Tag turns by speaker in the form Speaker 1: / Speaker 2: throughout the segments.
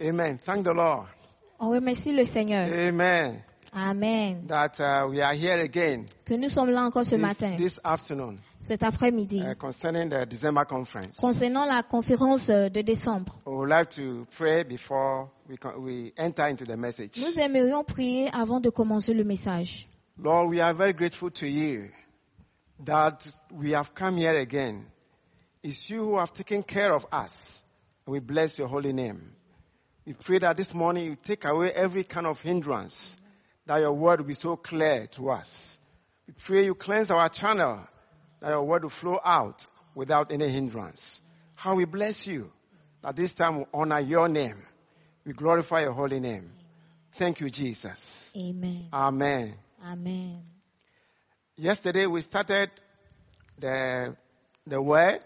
Speaker 1: Amen. Thank the Lord.
Speaker 2: On remercie le Seigneur.
Speaker 1: Amen.
Speaker 2: Amen.
Speaker 1: That uh, we are here again
Speaker 2: Que nous sommes là encore ce
Speaker 1: this,
Speaker 2: matin,
Speaker 1: this afternoon
Speaker 2: cet après-midi.
Speaker 1: uh, concerning the December conference.
Speaker 2: Concernant la conférence euh, de décembre,
Speaker 1: We would like to pray before we, con- we enter into the message.
Speaker 2: nous aimerions prier avant de commencer le message.
Speaker 1: Lord, we are very grateful to you that we have come here again. It's you who have taken care of us. We bless your holy name. We pray that this morning you take away every kind of hindrance, that your word will be so clear to us. We pray you cleanse our channel, that your word will flow out without any hindrance. How we bless you, that this time we honor your name. We glorify your holy name. Thank you, Jesus.
Speaker 2: Amen.
Speaker 1: Amen.
Speaker 2: Amen.
Speaker 1: Yesterday we started the the word,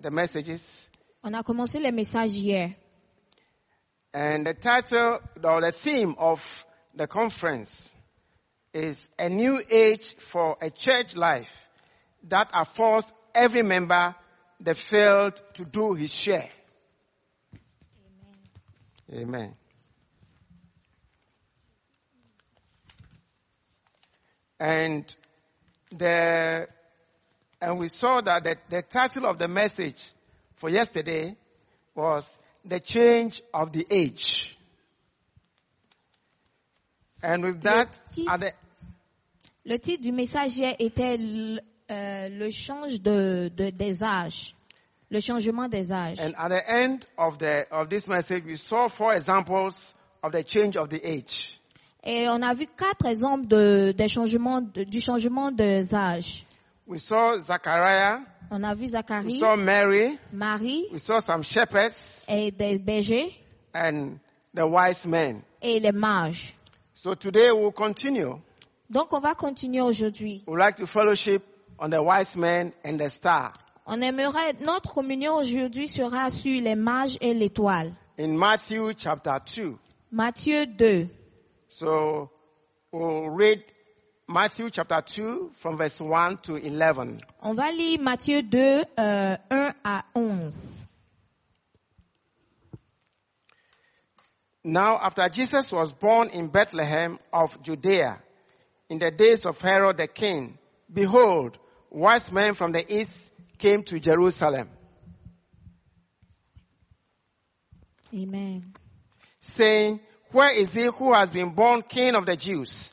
Speaker 1: the messages,
Speaker 2: On a commencé les messages hier.
Speaker 1: and the title or the theme of the conference is a new age for a church life that affords every member the field to do his share. Amen. And the and we saw that the, the title of the message for yesterday was the change of the age. And with that,
Speaker 2: titre-
Speaker 1: at the,
Speaker 2: Le titre du message hier était l- euh, le change de, de- des âges. Le changement des âges.
Speaker 1: and at the end of the of this message, we saw four examples of the change of the age.
Speaker 2: Et on a vu quatre exemples de, des changements, de- du changement des âges.
Speaker 1: We saw Zachariah,
Speaker 2: On a vu
Speaker 1: we
Speaker 2: Zacharie,
Speaker 1: saw Mary,
Speaker 2: Marie
Speaker 1: we saw some shepherds
Speaker 2: et des bergers
Speaker 1: and the wise men.
Speaker 2: et les mages.
Speaker 1: So today we'll continue.
Speaker 2: Donc on va continuer aujourd'hui.
Speaker 1: We'd like to fellowship on the wise men and the star.
Speaker 2: On aimerait, notre communion aujourd'hui sera sur les mages et l'étoile.
Speaker 1: in Matthew chapter 2.
Speaker 2: Matthieu 2.
Speaker 1: So we'll read Matthew chapter 2 from verse 1 to 11.
Speaker 2: On va lire Matthieu 2, euh, 1 à 11.
Speaker 1: Now, after Jesus was born in Bethlehem of Judea, in the days of Herod the king, behold, wise men from the east came to Jerusalem,
Speaker 2: Amen.
Speaker 1: saying, Where is he who has been born king of the Jews?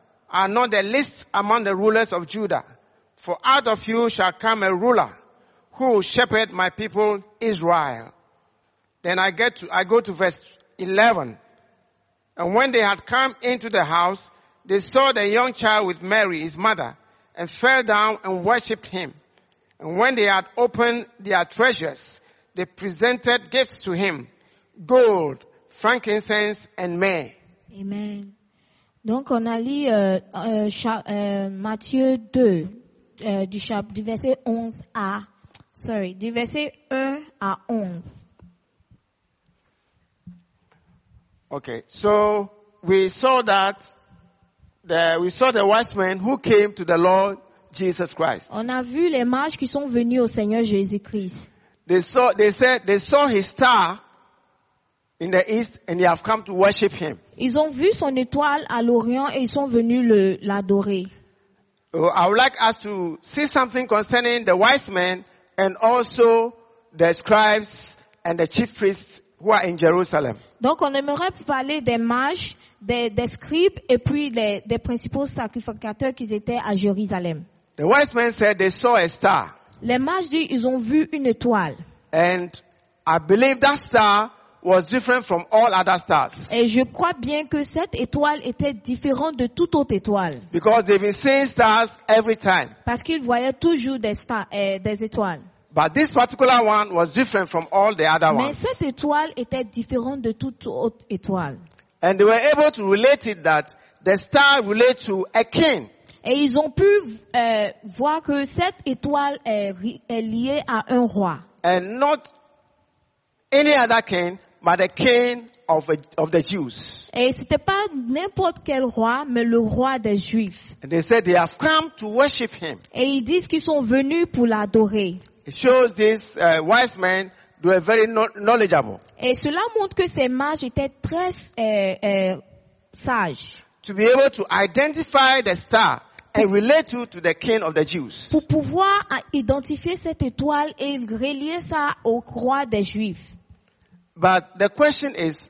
Speaker 1: are not the least among the rulers of Judah, for out of you shall come a ruler who will shepherd my people Israel. Then I get to, I go to verse 11. And when they had come into the house, they saw the young child with Mary, his mother, and fell down and worshipped him. And when they had opened their treasures, they presented gifts to him, gold, frankincense, and myrrh.
Speaker 2: Amen. Donc on a lu euh, euh, cha- euh, Matthieu 2 euh, du, chap- du verset 11 à sorry, du verset 1 à 11.
Speaker 1: Okay, so we saw that the, we saw the wise men who came to the Lord Jesus Christ.
Speaker 2: On a vu les mages qui sont venus au Seigneur Jésus-Christ.
Speaker 1: They saw, they said they saw his star in the east and they have come to worship him.
Speaker 2: Ils ont vu son étoile à l'Orient et ils sont venus le- l'adorer.
Speaker 1: Oh, I would like us to see something concerning the wise men and also the scribes and the chief priests who are in Jerusalem.
Speaker 2: Donc on aimerait parler des mages, des, des scribes et puis les- des principaux sacrificateurs qui étaient à Jérusalem.
Speaker 1: The wise men said they saw a star
Speaker 2: Les mages disent ils ont vu une étoile.
Speaker 1: and I believe that star was different from all other stars
Speaker 2: Et je crois bien que cette étoile était différente de toute autre étoile.
Speaker 1: because they've been seeing stars every time.
Speaker 2: Parce qu'ils voyaient toujours des, stars, euh, des étoiles.
Speaker 1: But this particular one was different from all the other
Speaker 2: Mais
Speaker 1: ones.
Speaker 2: cette étoile était différente de toute autre étoile.
Speaker 1: And they were able to relate it that the star relates to a king.
Speaker 2: Et ils ont pu euh, voir que cette étoile est, ri- est liée à un roi.
Speaker 1: and not any other king, but the king of, of the Jews.
Speaker 2: Et c'était pas n'importe quel roi, mais le roi des Juifs.
Speaker 1: And they said they have come to worship him.
Speaker 2: Et ils disent qu'ils sont venus pour l'adorer.
Speaker 1: It shows these uh, wise men they were very kno- knowledgeable.
Speaker 2: Et cela montre que ces mages étaient très euh, euh, sages
Speaker 1: To be able to identify the star and relate it to the king of the Jews.
Speaker 2: pour pouvoir euh, identifier cette étoile et relier ça au roi des Juifs.
Speaker 1: But the question is,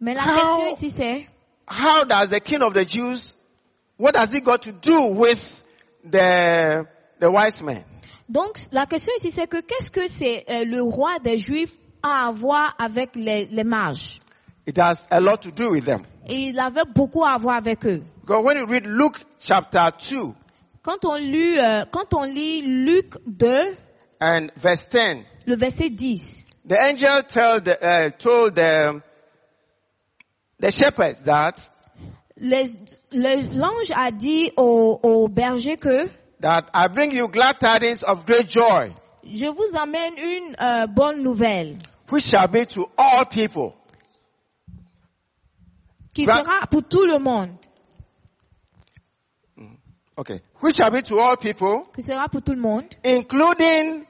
Speaker 2: Mais la
Speaker 1: How-
Speaker 2: question ici c'est
Speaker 1: how does the king of the Jews, what has it got to do with the, the wise men?
Speaker 2: donc la question ici c'est que qu'est-ce que c'est euh, le roi des Juifs a à voir avec les, les mages
Speaker 1: It has a lot to do with them.
Speaker 2: Et il avait beaucoup à voir avec eux.
Speaker 1: Because when you read Luke chapter 2
Speaker 2: Quand on lit euh, quand on lit Luc 2
Speaker 1: and verse 10,
Speaker 2: le verset 10
Speaker 1: The angel told the, uh, told the, the shepherds that,
Speaker 2: les- les- l'ange a dit aux au berger que
Speaker 1: that I bring you glad tidings of great joy,
Speaker 2: Je vous amène une euh, bonne nouvelle
Speaker 1: which shall be to all people.
Speaker 2: qui
Speaker 1: Ra-
Speaker 2: sera pour tout le monde,
Speaker 1: Okay. Which shall be to all people,
Speaker 2: qui sera pour tout le monde,
Speaker 1: including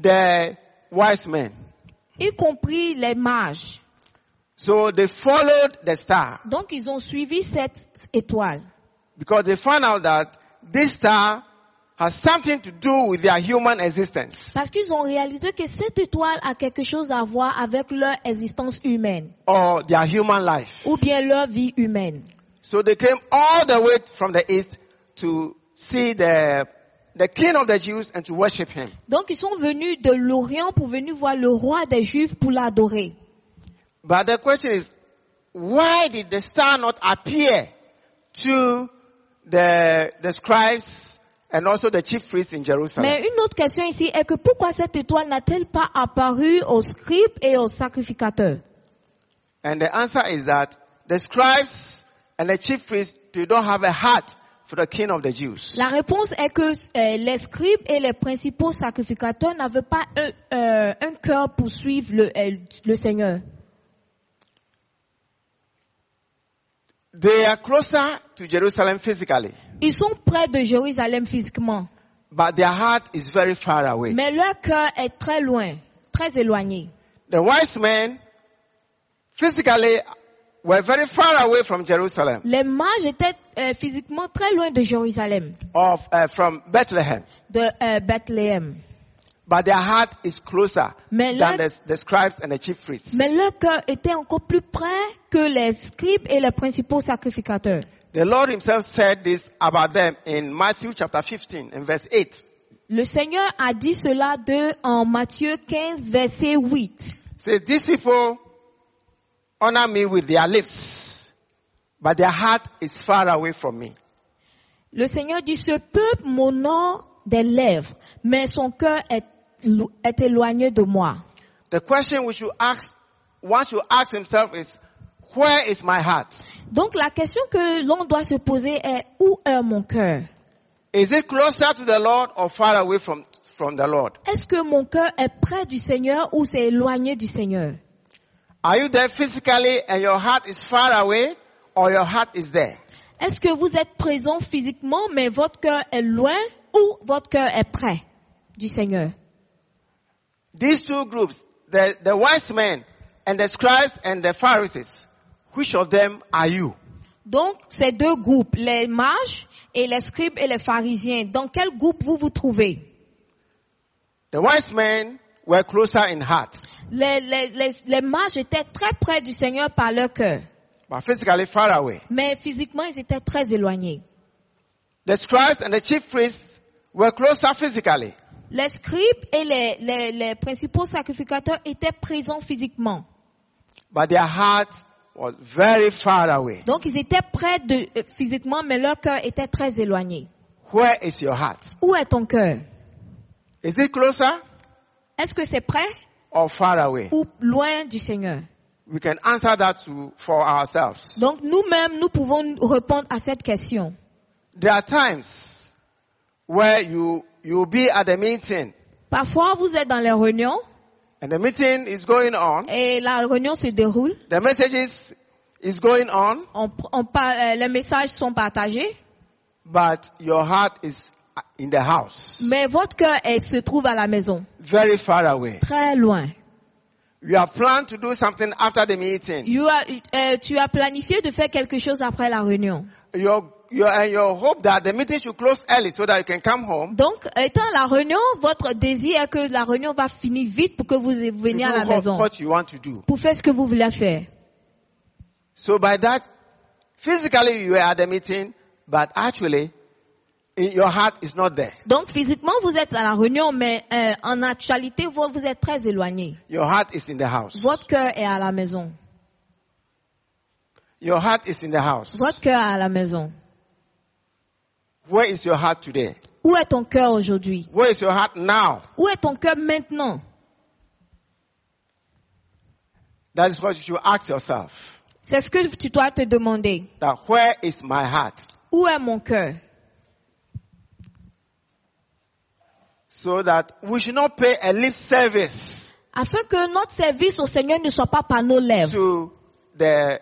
Speaker 1: the wise men.
Speaker 2: y compris les mages.
Speaker 1: So they followed the star
Speaker 2: Donc ils ont suivi cette étoile
Speaker 1: because they found out that this star has something to do with their human existence.
Speaker 2: parce qu'ils ont réalisé que cette étoile a quelque chose à voir avec leur existence humaine
Speaker 1: Or their human life.
Speaker 2: ou bien leur vie humaine.
Speaker 1: So they came all the way from the east to see the, the king of the Jews and to worship him.
Speaker 2: Donc ils sont venus de l'Orient pour venir voir le roi des Juifs pour l'adorer.
Speaker 1: But the question is, why did the star not appear to the, the scribes and also the chief priests in Jerusalem?
Speaker 2: Mais une autre question ici est que pourquoi cette étoile n'a-t-elle pas apparu aux scribes et aux sacrificateurs
Speaker 1: And the answer is that the scribes and the chief priests, they don't have a heart for the king of the Jews.
Speaker 2: La réponse est que euh, les scribes et les principaux sacrificateurs n'avaient pas un, euh, un cœur pour suivre le, euh, le Seigneur.
Speaker 1: They are closer to Jerusalem physically,
Speaker 2: Ils sont près de Jérusalem physiquement,
Speaker 1: but their heart is very far away.
Speaker 2: mais leur cœur est très loin, très éloigné.
Speaker 1: The wise men physically were very far away from Jerusalem,
Speaker 2: Les mages étaient euh, physiquement très loin de Jérusalem,
Speaker 1: of, uh, from Bethlehem,
Speaker 2: de euh, Bethléem,
Speaker 1: but their heart is closer
Speaker 2: Mais
Speaker 1: than
Speaker 2: là-
Speaker 1: the, the scribes and the chief priests.
Speaker 2: mais leur cœur était encore plus près que les scribes et les principaux sacrificateurs.
Speaker 1: The Lord Himself said this about them in Matthew chapter 15 and verse 8,
Speaker 2: Le Seigneur a dit cela de, en Matthieu 15, verset 8.
Speaker 1: says, these people honor me with their lips, but their heart is far away from me.
Speaker 2: Le Seigneur dit, ce peuple m'honore des lèvres, mais son cœur est, lo- est éloigné de moi.
Speaker 1: The question which you ask, one should ask himself is, where is my heart?
Speaker 2: Donc la question que l'on doit se poser est, où est mon cœur
Speaker 1: Is it closer to the Lord or far away from, from the Lord?
Speaker 2: Est-ce que mon cœur est près du Seigneur ou c'est éloigné du Seigneur
Speaker 1: Are you there physically and your heart is far away or your heart is there?
Speaker 2: Est-ce que vous êtes présent physiquement, mais votre cœur est loin ou votre cœur est près du Seigneur
Speaker 1: These two groups, the, the wise men and the scribes and the Pharisees, which of them are you?
Speaker 2: Donc ces deux groupes, les mages et les scribes et les pharisiens, dans quel groupe vous vous trouvez
Speaker 1: The wise men were closer in heart,
Speaker 2: Les, les, les, les mages étaient très près du Seigneur par leur cœur,
Speaker 1: but physically far away.
Speaker 2: mais physiquement, ils étaient très éloignés.
Speaker 1: The scribes and the chief priests were closer physically,
Speaker 2: Les scribes et les, les, les principaux sacrificateurs étaient présents physiquement.
Speaker 1: but their heart was very far away.
Speaker 2: Donc, ils étaient près de, euh, physiquement, mais leur cœur était très éloigné.
Speaker 1: Where is your heart?
Speaker 2: Où est ton cœur
Speaker 1: Is it closer
Speaker 2: Est-ce que c'est près
Speaker 1: or far away?
Speaker 2: ou loin du Seigneur
Speaker 1: We can answer that to, for ourselves.
Speaker 2: Donc nous-mêmes, nous pouvons répondre à cette question.
Speaker 1: There are times where you, you'll be at a meeting
Speaker 2: Parfois, vous êtes dans les réunions
Speaker 1: and the meeting is going on.
Speaker 2: et la réunion se déroule.
Speaker 1: The messages is going on,
Speaker 2: On, on par- euh, les messages sont partagés,
Speaker 1: but your heart is in the house,
Speaker 2: mais votre cœur elle, se trouve à la maison,
Speaker 1: very far away.
Speaker 2: très loin.
Speaker 1: You have planned to do something after the meeting.
Speaker 2: You as- euh, tu as planifié de faire quelque chose après la réunion.
Speaker 1: Your, your, and your hope that the meeting should close early so that you can come home
Speaker 2: Donc, étant à la réunion, votre désir est que la réunion va finir vite pour que vous e-,
Speaker 1: to do
Speaker 2: veniez à la
Speaker 1: what,
Speaker 2: maison,
Speaker 1: what you want to do.
Speaker 2: pour faire ce que vous voulez faire.
Speaker 1: So by that, physically you were at the meeting, but actually, in your heart is not there.
Speaker 2: Donc, physiquement, vous êtes à la réunion, mais euh, en actualité, vous, vous êtes très éloigné.
Speaker 1: Your heart is in the house.
Speaker 2: Votre cœur est à la maison.
Speaker 1: Your heart is in the house.
Speaker 2: Votre cœur est à la maison.
Speaker 1: Where is your heart today?
Speaker 2: Où est ton cœur aujourd'hui
Speaker 1: Where is your heart now?
Speaker 2: Où est ton cœur maintenant
Speaker 1: That is what you should ask yourself.
Speaker 2: C'est ce que tu dois te demander.
Speaker 1: That where is my heart?
Speaker 2: Où est mon cœur
Speaker 1: So that we should not pay a lip service
Speaker 2: Afin que notre service au Seigneur ne soit pas par nos lèvres.
Speaker 1: to the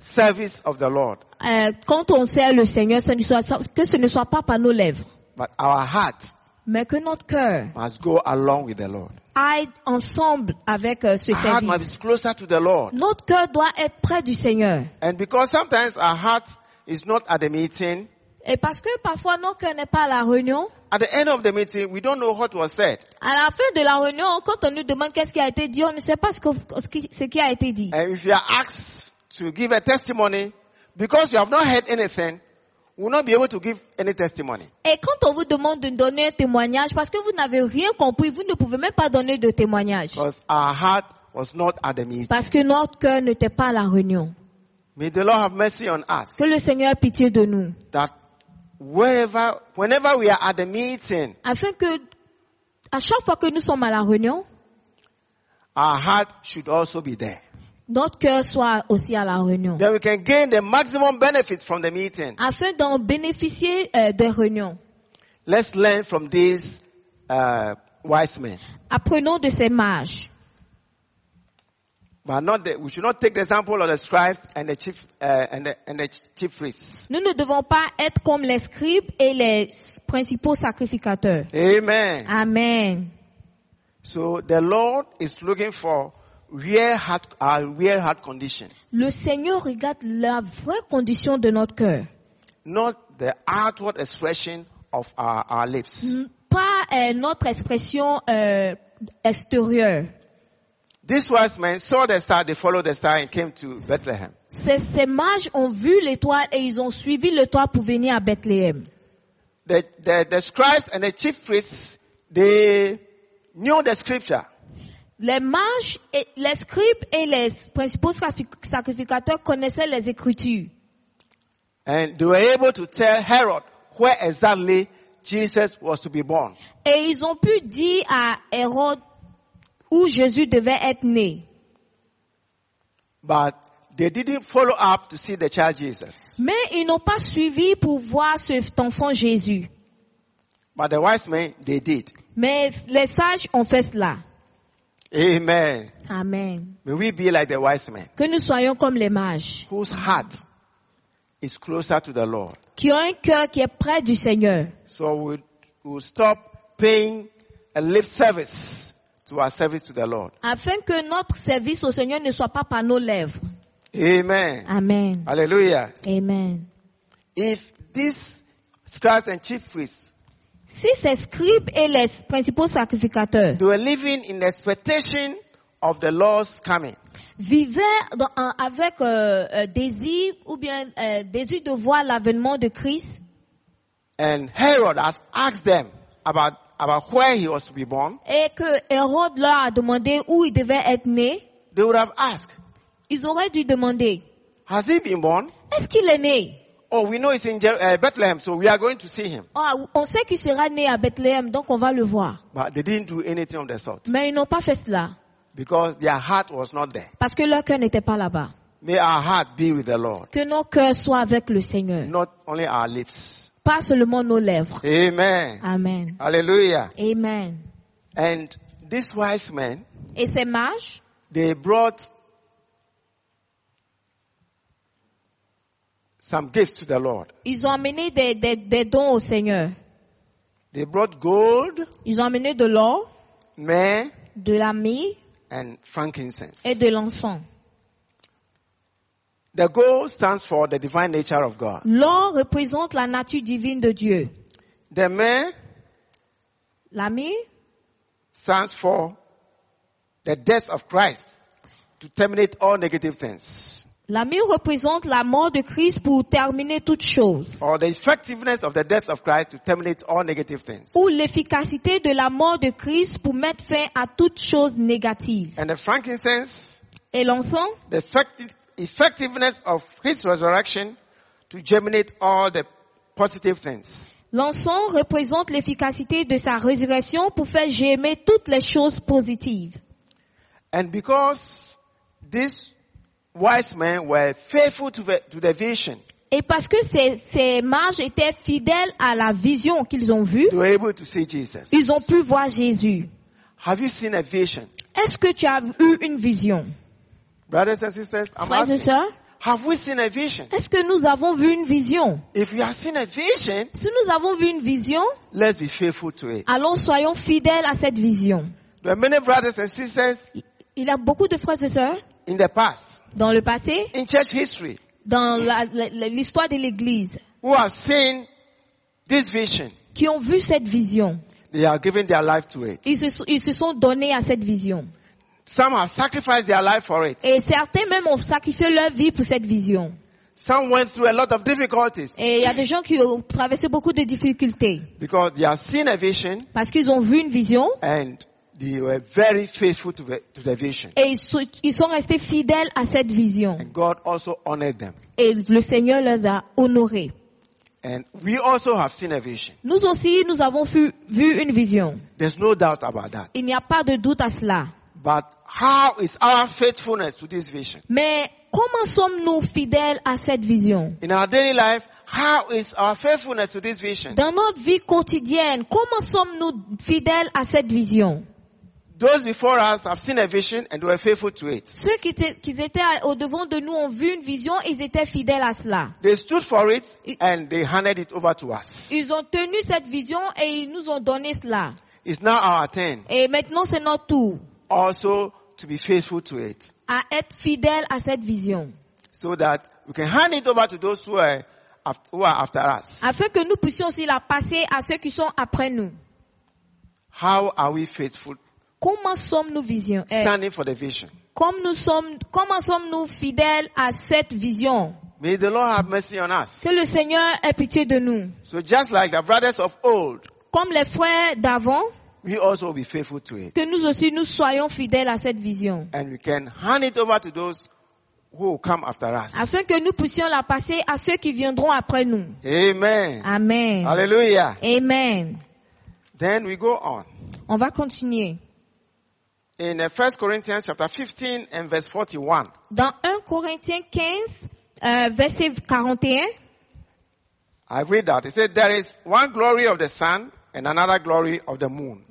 Speaker 1: service of the Lord,
Speaker 2: Euh, quand on sert le Seigneur, ce ne soit- que ce ne soit pas par nos lèvres,
Speaker 1: but our heart
Speaker 2: mais que notre cœur
Speaker 1: must go along with the Lord.
Speaker 2: aille ensemble avec euh, ce
Speaker 1: Our heart must
Speaker 2: service.
Speaker 1: be closer to the Lord.
Speaker 2: Notre cœur doit être près du Seigneur.
Speaker 1: And because sometimes our heart is not at the meeting,
Speaker 2: Et parce que parfois notre cœur n'est pas à la réunion,
Speaker 1: at the end of the meeting, we don't know what was said.
Speaker 2: à la fin de la réunion, quand on nous demande qu'est-ce qui a été dit, on ne sait pas ce, que- ce qui, ce qui a été dit.
Speaker 1: And if you are asked to give a testimony, because you have not heard anything, we will not be able to give any testimony.
Speaker 2: Et quand on vous demande de donner un témoignage, parce que vous n'avez rien compris, vous ne pouvez même pas donner de témoignage.
Speaker 1: Because our heart was not at the meeting.
Speaker 2: Parce que notre cœur n'était pas à la réunion.
Speaker 1: May the Lord have mercy on us.
Speaker 2: Que le Seigneur ait pitié de nous.
Speaker 1: That wherever, whenever we are at the meeting,
Speaker 2: Afin que, à chaque fois que nous sommes à la réunion,
Speaker 1: our heart should also be there.
Speaker 2: notre cœur soit aussi à la réunion.
Speaker 1: Then we can gain the maximum benefit from the meeting.
Speaker 2: Afin d'en bénéficier euh, des réunions.
Speaker 1: Let's learn from these uh, wise men.
Speaker 2: Apprenons de ces marges.
Speaker 1: But not the, we should not take the example of the scribes and the chief uh, and the, and the chief priests.
Speaker 2: Nous ne devons pas être comme les scribes et les principaux sacrificateurs.
Speaker 1: Amen.
Speaker 2: Amen.
Speaker 1: So the Lord is looking for real heart, our real heart condition,
Speaker 2: Le Seigneur regarde la vraie condition de notre cœur.
Speaker 1: not the outward expression of our, our lips.
Speaker 2: Pas euh, notre expression euh, extérieure.
Speaker 1: These wise men saw the star, they followed the star and came to Bethlehem.
Speaker 2: Ces, ces mages ont vu l'étoile et ils ont suivi l'étoile pour venir à Bethléem.
Speaker 1: The, the, the scribes and the chief priests, they knew the scripture,
Speaker 2: Les mages, et, les scribes et les principaux sacrifi- sacrificateurs connaissaient les Écritures.
Speaker 1: and they were able to tell Herod where exactly Jesus was to be born.
Speaker 2: Et ils ont pu dire à Hérode où Jésus devait être né.
Speaker 1: But they didn't follow up to see the child Jesus.
Speaker 2: Mais ils n'ont pas suivi pour voir cet enfant Jésus.
Speaker 1: But the wise men, they did.
Speaker 2: Mais les sages ont fait cela.
Speaker 1: Amen.
Speaker 2: Amen.
Speaker 1: May we be like the wise men
Speaker 2: Que nous soyons comme les mages,
Speaker 1: whose heart is closer to the Lord.
Speaker 2: qui ont un cœur qui est près du Seigneur.
Speaker 1: So we'll, we'll stop paying a lip service to our service to the Lord.
Speaker 2: afin que notre service au Seigneur ne soit pas par nos lèvres.
Speaker 1: Amen.
Speaker 2: Amen.
Speaker 1: Hallelujah.
Speaker 2: Amen.
Speaker 1: If these scribes and chief priests,
Speaker 2: Si ces scribes et les principaux sacrificateurs
Speaker 1: they were living in expectation of the Lord's coming,
Speaker 2: vivaient dans- en- avec euh, euh, désir ou bien euh, désir de voir l'avènement de Christ
Speaker 1: and Herod has asked them about, about where he was to be born,
Speaker 2: et que Hérode leur a demandé où il devait être né,
Speaker 1: they would have asked,
Speaker 2: ils auraient dû demander
Speaker 1: Has he been born?
Speaker 2: est-ce qu'il est né
Speaker 1: Oh, we know it's in Jer- uh, Bethlehem, so we are going to see him.
Speaker 2: Ah, on sait qu'il sera né à Bethléem, donc on va le voir.
Speaker 1: But they didn't do anything of the sort
Speaker 2: Mais ils n'ont pas fait cela
Speaker 1: because their heart was not there.
Speaker 2: parce que leur cœur n'était pas là-bas.
Speaker 1: May our heart be with the Lord,
Speaker 2: Que nos cœurs soient avec le Seigneur,
Speaker 1: not only our lips.
Speaker 2: pas seulement nos lèvres.
Speaker 1: Amen.
Speaker 2: Amen.
Speaker 1: Hallelujah.
Speaker 2: Amen.
Speaker 1: And these wise men,
Speaker 2: Et ces mages,
Speaker 1: they brought some gifts to the Lord.
Speaker 2: ils ont amené des, des, des dons au Seigneur.
Speaker 1: They brought gold,
Speaker 2: Ils ont amené de l'or,
Speaker 1: myrrh,
Speaker 2: de la myrrhe
Speaker 1: and frankincense.
Speaker 2: et de l'encens.
Speaker 1: The gold stands for the divine nature of God.
Speaker 2: L'or représente la nature divine de Dieu.
Speaker 1: The myrrh
Speaker 2: La myrrhe
Speaker 1: stands for the death of Christ to terminate all negative things,
Speaker 2: La myrrhe représente la mort de Christ pour terminer toute chose,
Speaker 1: or the effectiveness of the death of Christ to terminate all negative things.
Speaker 2: ou l'efficacité de la mort de Christ pour mettre fin à toute chose négative.
Speaker 1: And the frankincense,
Speaker 2: Et l'encens,
Speaker 1: the effecti- effectiveness of his resurrection to germinate all the positive things.
Speaker 2: l'encens représente l'efficacité de sa résurrection pour faire germer toutes les choses positives.
Speaker 1: And because these wise men were faithful to the, to the vision,
Speaker 2: Et parce que ces, ces mages étaient fidèles à la vision qu'ils ont vue,
Speaker 1: they were able to see Jesus.
Speaker 2: ils ont pu voir Jésus.
Speaker 1: Have you seen a vision?
Speaker 2: Est-ce que tu as eu une vision?
Speaker 1: Brothers and sisters, I'm
Speaker 2: Frères et
Speaker 1: asking,
Speaker 2: sœurs,
Speaker 1: have we seen a vision?
Speaker 2: est-ce que nous avons vu une vision?
Speaker 1: If we have seen a vision,
Speaker 2: Si nous avons vu une vision,
Speaker 1: let's be faithful to it.
Speaker 2: Allons, soyons fidèles à cette vision.
Speaker 1: There are many brothers and sisters
Speaker 2: Il- Il y a beaucoup de frères et sœurs
Speaker 1: in the past,
Speaker 2: dans le passé,
Speaker 1: in church history,
Speaker 2: dans la- la- la- l'histoire de l'Église,
Speaker 1: who have seen this vision.
Speaker 2: qui ont vu cette vision.
Speaker 1: They are giving their life to it.
Speaker 2: Ils se, sont- ils se sont donnés à cette vision.
Speaker 1: Some have sacrificed their life for it.
Speaker 2: Et certains même ont sacrifié leur vie pour cette vision.
Speaker 1: Some went through a lot of difficulties
Speaker 2: Et il y a des gens qui ont traversé beaucoup de difficultés
Speaker 1: because they have seen a vision
Speaker 2: parce qu'ils ont vu une vision
Speaker 1: and they were very faithful to the, to the vision.
Speaker 2: et ils sont, ils sont restés fidèles à cette vision.
Speaker 1: And God also honored them.
Speaker 2: Et le Seigneur les a honorés.
Speaker 1: And we also have seen a vision.
Speaker 2: Nous aussi, nous avons vu- vu une vision.
Speaker 1: There's no doubt about that.
Speaker 2: Il n'y a pas de doute à cela.
Speaker 1: But how is our faithfulness to this vision?
Speaker 2: Mais comment sommes-nous fidèles à cette vision
Speaker 1: In our daily life, how is our faithfulness to this vision?
Speaker 2: Dans notre vie quotidienne, comment sommes-nous fidèles à cette vision
Speaker 1: Those before us have seen a vision and were faithful to it.
Speaker 2: Ceux qui étaient, qui étaient au devant de nous ont vu une vision, ils étaient fidèles à cela.
Speaker 1: They stood for it and they handed it over to us.
Speaker 2: Ils ont tenu cette vision et ils nous ont donné cela.
Speaker 1: It's now our turn
Speaker 2: Et maintenant, c'est notre tour
Speaker 1: also to be faithful to it
Speaker 2: à être fidèles à cette vision,
Speaker 1: so that we can hand it over to those who are, af- who are after us.
Speaker 2: afin que nous puissions aussi la passer à ceux qui sont après nous.
Speaker 1: How are we faithful
Speaker 2: Comment sommes-nous vision eh,
Speaker 1: standing for the vision?
Speaker 2: comme nous sommes, comment sommes-nous fidèles à cette vision
Speaker 1: May the Lord have mercy on us.
Speaker 2: Que le Seigneur ait pitié de nous.
Speaker 1: So just like the brothers of old,
Speaker 2: Comme les frères d'avant,
Speaker 1: we also will be faithful to it.
Speaker 2: que nous aussi nous soyons fidèles à cette vision.
Speaker 1: And we can hand it over to those who will come after us.
Speaker 2: Afin que nous puissions la passer à ceux qui viendront après nous.
Speaker 1: Amen.
Speaker 2: Amen.
Speaker 1: Hallelujah.
Speaker 2: Amen.
Speaker 1: Then we go on.
Speaker 2: On va continuer.
Speaker 1: In uh, 1 Corinthians chapter 15 and verse 41,
Speaker 2: Dans 1 Corinthiens 15, euh, verset 41,
Speaker 1: I read that. It said, there is one glory of the sun and another glory of the moon.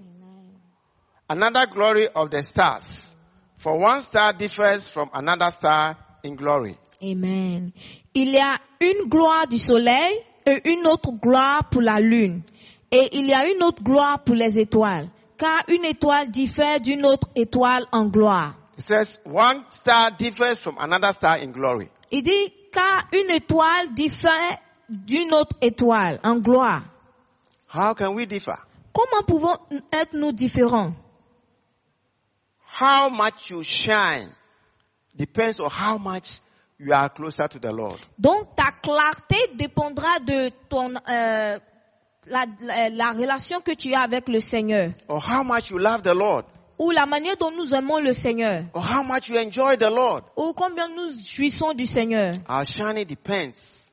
Speaker 1: Another glory of the stars. For one star differs from another star in glory.
Speaker 2: Amen. Il y a une gloire du soleil et une autre gloire pour la lune. Et il y a une autre gloire pour les étoiles. Car une étoile diffère d'une autre étoile en gloire.
Speaker 1: It says, one star differs from another star in glory.
Speaker 2: Il dit car une étoile diffère d'une autre étoile en gloire.
Speaker 1: How can we differ?
Speaker 2: Comment pouvons être nous différents
Speaker 1: How much you shine depends on how much you are closer to the Lord.
Speaker 2: Donc ta clarté dépendra de ton euh, la, la- la relation que tu as avec le Seigneur
Speaker 1: Or how much you love the Lord.
Speaker 2: ou la manière dont nous aimons le Seigneur
Speaker 1: Or how much you enjoy the Lord.
Speaker 2: ou combien nous jouissons du Seigneur.
Speaker 1: Our shining depends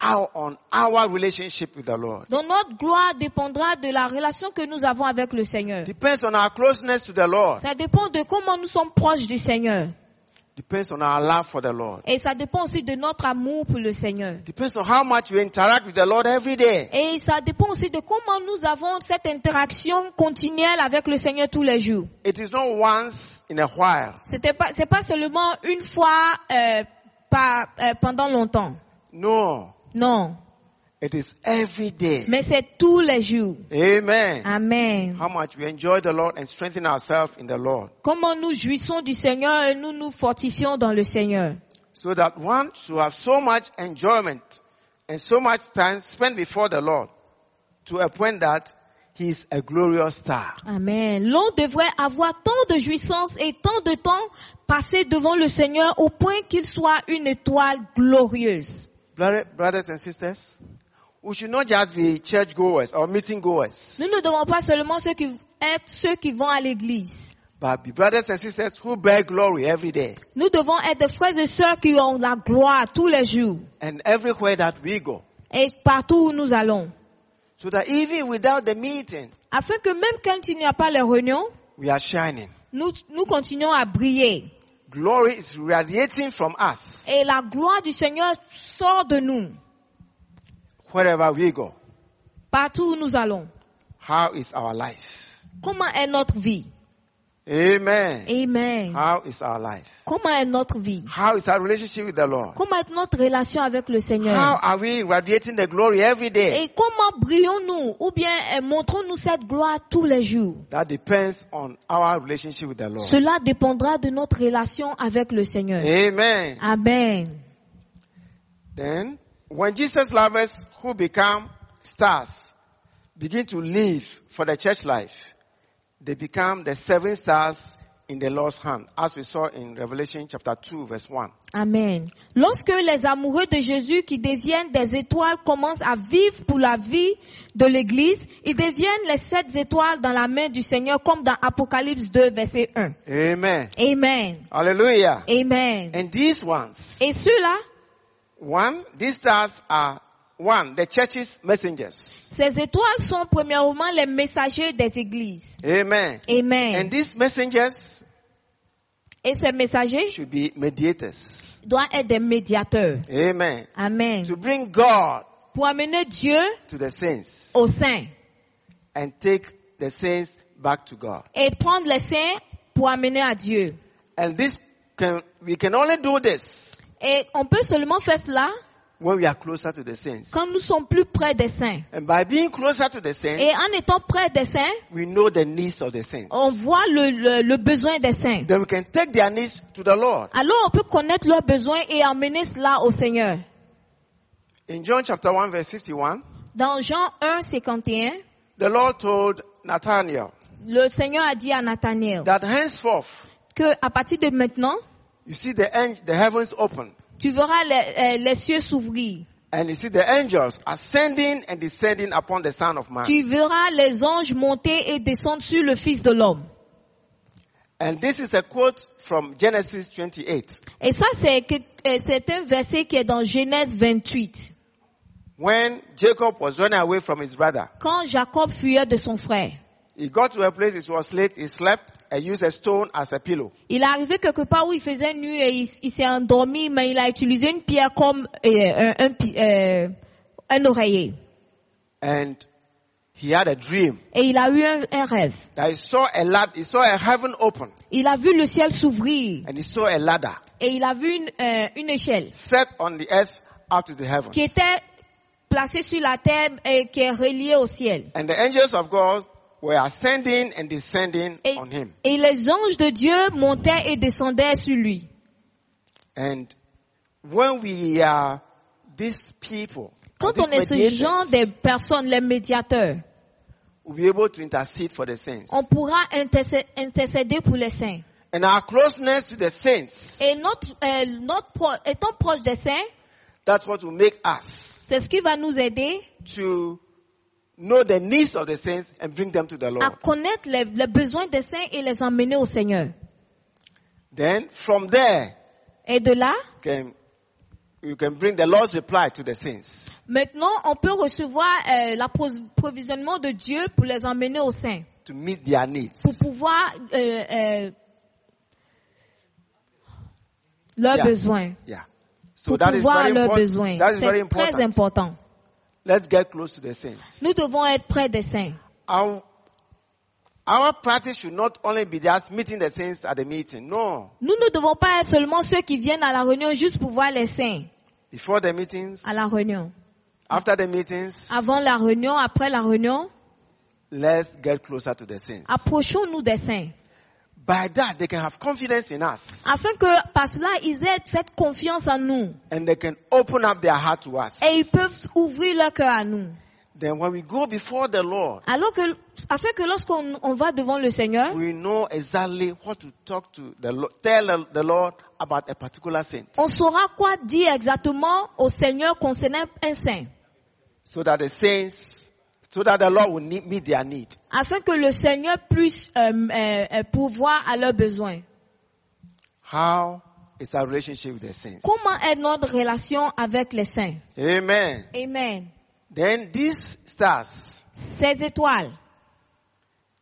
Speaker 1: our, on our relationship with the Lord.
Speaker 2: Donc notre gloire dépendra de la relation que nous avons avec le Seigneur.
Speaker 1: Depends on our closeness to the Lord.
Speaker 2: Ça dépend de comment nous sommes proches du Seigneur.
Speaker 1: Depends on our love for the Lord.
Speaker 2: Et ça dépend aussi de notre amour pour le Seigneur.
Speaker 1: Depends on how much we interact with the Lord every day.
Speaker 2: Et ça dépend aussi de comment nous avons cette interaction continuelle avec le Seigneur tous les jours.
Speaker 1: It is not once in a while.
Speaker 2: C'était pas, c'est pas seulement une fois euh, par- euh, pendant longtemps.
Speaker 1: No,
Speaker 2: Non,
Speaker 1: it is every day.
Speaker 2: mais c'est tous les jours.
Speaker 1: Amen.
Speaker 2: Amen.
Speaker 1: How much we enjoy the Lord and strengthen ourselves in the Lord.
Speaker 2: Comment nous jouissons du Seigneur et nous nous fortifions dans le Seigneur.
Speaker 1: So that one should have so much enjoyment and so much time spent before the Lord to a point that he is a glorious star.
Speaker 2: Amen. L'on devrait avoir tant de jouissance et tant de temps passé devant le Seigneur au point qu'il soit une étoile glorieuse.
Speaker 1: Brother- Brothers and sisters, we should not just be church goers or meeting goers,
Speaker 2: Nous ne devons pas seulement ceux qui, être ceux qui vont à l'église.
Speaker 1: but be brothers and sisters who bear glory every day
Speaker 2: Nous devons être des frères et sœurs qui ont la gloire tous les jours
Speaker 1: and everywhere that we go.
Speaker 2: et partout où nous allons.
Speaker 1: So that even without the meeting,
Speaker 2: Afin que même quand il n'y a pas les réunions,
Speaker 1: we are shining.
Speaker 2: nous, nous continuons à briller.
Speaker 1: Glory is radiating from us
Speaker 2: Et la gloire du Seigneur sort de nous,
Speaker 1: wherever we go.
Speaker 2: partout où nous allons.
Speaker 1: How is our life?
Speaker 2: Comment est notre vie?
Speaker 1: Amen.
Speaker 2: Amen.
Speaker 1: How is our life?
Speaker 2: Comment est notre vie?
Speaker 1: How is our relationship with the Lord?
Speaker 2: Comment est notre relation avec le
Speaker 1: How
Speaker 2: Seigneur?
Speaker 1: are we radiating the glory every day?
Speaker 2: Et comment brillons-nous ou bien euh, montrons-nous cette gloire tous les jours?
Speaker 1: That depends on our relationship with the Lord.
Speaker 2: Cela dépendra de notre relation avec le Seigneur.
Speaker 1: Amen.
Speaker 2: Amen.
Speaker 1: Then, when Jesus lovers who become stars begin to live for the church life, they become the seven stars in the Lord's hand, as we saw in Revelation chapter 2 verse 1.
Speaker 2: Amen. Lorsque les amoureux de Jésus qui deviennent des étoiles commencent à vivre pour la vie de l'Église, ils deviennent les sept étoiles dans la main du Seigneur comme dans Apocalypse 2, verset 1.
Speaker 1: Amen.
Speaker 2: Amen.
Speaker 1: Hallelujah.
Speaker 2: Amen.
Speaker 1: And these ones,
Speaker 2: Et ceux-là,
Speaker 1: one, these stars are one, the church's messengers.
Speaker 2: ces étoiles sont premièrement les messagers des églises.
Speaker 1: Amen.
Speaker 2: Amen.
Speaker 1: And these messengers
Speaker 2: Et ces messagers
Speaker 1: should be mediators.
Speaker 2: doivent être des médiateurs.
Speaker 1: Amen.
Speaker 2: Amen.
Speaker 1: To bring God
Speaker 2: Pour amener Dieu
Speaker 1: to the saints
Speaker 2: au sein
Speaker 1: and take the saints back to God.
Speaker 2: et prendre les saints pour amener à Dieu.
Speaker 1: And this can, we can only do this
Speaker 2: Et on peut seulement faire cela
Speaker 1: when we are closer to the saints.
Speaker 2: quand nous sommes plus près des saints.
Speaker 1: And by being closer to the saints,
Speaker 2: Et en étant près des saints,
Speaker 1: we know the needs of the saints.
Speaker 2: on voit le, le- le besoin des saints.
Speaker 1: Then we can take their needs to the Lord.
Speaker 2: Alors on peut connaître leurs besoins et emmener cela au Seigneur.
Speaker 1: In John chapter 1 verse 51,
Speaker 2: Dans Jean 1, 51,
Speaker 1: the Lord told Nathanael
Speaker 2: le Seigneur a dit à Nathanaël
Speaker 1: that henceforth,
Speaker 2: que à partir de maintenant,
Speaker 1: you see the, ang- the heavens open
Speaker 2: tu verras les, euh, les cieux s'ouvrir.
Speaker 1: and you see the angels ascending and descending upon the Son of Man.
Speaker 2: Tu verras les anges monter et descendre sur le Fils de l'homme.
Speaker 1: And this is a quote from Genesis 28.
Speaker 2: Et ça, c'est que- euh, c'est un verset qui est dans Genèse 28,
Speaker 1: When Jacob was running away from his brother,
Speaker 2: quand Jacob fuyait de son frère.
Speaker 1: he got to a place it was late, he slept and used a stone as a pillow.
Speaker 2: Il est arrivé quelque part où il faisait nuit et il, s- il s'est endormi, mais il a utilisé une pierre comme euh, un, un pi- euh, un oreiller.
Speaker 1: And he had a dream
Speaker 2: Et il a eu un, un rêve.
Speaker 1: that he saw a lad, he saw a heaven open
Speaker 2: Il a vu le ciel s'ouvrir
Speaker 1: and he saw a ladder
Speaker 2: et il a vu une, euh, une échelle
Speaker 1: set on the earth up to the heaven.
Speaker 2: qui était placée sur la terre et qui est reliée au ciel.
Speaker 1: And the angels of God were ascending and descending
Speaker 2: Et,
Speaker 1: on him.
Speaker 2: et les anges de Dieu montaient et descendaient sur lui.
Speaker 1: And when we are these people,
Speaker 2: Quand
Speaker 1: these
Speaker 2: on est ce
Speaker 1: mediators,
Speaker 2: genre de personnes, les médiateurs,
Speaker 1: we'll be able to intercede for the saints.
Speaker 2: on pourra intercé- intercéder pour les saints.
Speaker 1: And our closeness to the saints,
Speaker 2: Et notre, euh, notre pro- étant proche des saints,
Speaker 1: that's what will make us
Speaker 2: C'est ce qui va nous aider
Speaker 1: to know the needs of the saints and bring them to the
Speaker 2: à
Speaker 1: Lord.
Speaker 2: connaître les, les besoins des saints et les emmener au Seigneur.
Speaker 1: Then from there
Speaker 2: Et de là,
Speaker 1: can you can bring the Lord's reply to the saints.
Speaker 2: Maintenant, on peut recevoir euh, l'approvisionnement de Dieu pour les emmener au sein,
Speaker 1: to meet their needs.
Speaker 2: pour pouvoir euh, euh, leurs
Speaker 1: Yeah.
Speaker 2: besoins,
Speaker 1: Yeah. So
Speaker 2: pour
Speaker 1: that is
Speaker 2: pouvoir
Speaker 1: very
Speaker 2: leurs
Speaker 1: important.
Speaker 2: besoins.
Speaker 1: That is very
Speaker 2: C'est très
Speaker 1: important.
Speaker 2: important.
Speaker 1: Let's get close to the saints.
Speaker 2: Nous devons être près des saints.
Speaker 1: Our, our practice should not only be just meeting the saints at the meeting. No.
Speaker 2: Nous ne devons pas être seulement ceux qui viennent à la réunion juste pour voir les saints
Speaker 1: Before the meetings,
Speaker 2: à la réunion.
Speaker 1: after the meetings,
Speaker 2: Avant la réunion, après la réunion,
Speaker 1: let's get closer to the saints.
Speaker 2: approchons-nous des saints.
Speaker 1: By that, they can have confidence in us
Speaker 2: Afin que, par cela, ils aient cette confiance en nous.
Speaker 1: and they can open up their heart to us.
Speaker 2: Et ils peuvent ouvrir leur cœur à nous.
Speaker 1: Then when we go before the Lord,
Speaker 2: Alors que, afin que lorsqu'on on va devant le Seigneur,
Speaker 1: we know exactly what to talk to the Lord, tell the- the Lord about a particular saint
Speaker 2: on saura quoi dire exactement au Seigneur concernant un saint.
Speaker 1: so that the saints, so that the Lord will need, meet their need.
Speaker 2: Afin que le Seigneur puisse euh, euh, euh, pourvoir à leurs besoins.
Speaker 1: How is our relationship with the saints?
Speaker 2: Comment est notre relation avec les saints?
Speaker 1: Amen.
Speaker 2: Amen.
Speaker 1: Then these stars,
Speaker 2: Ces étoiles,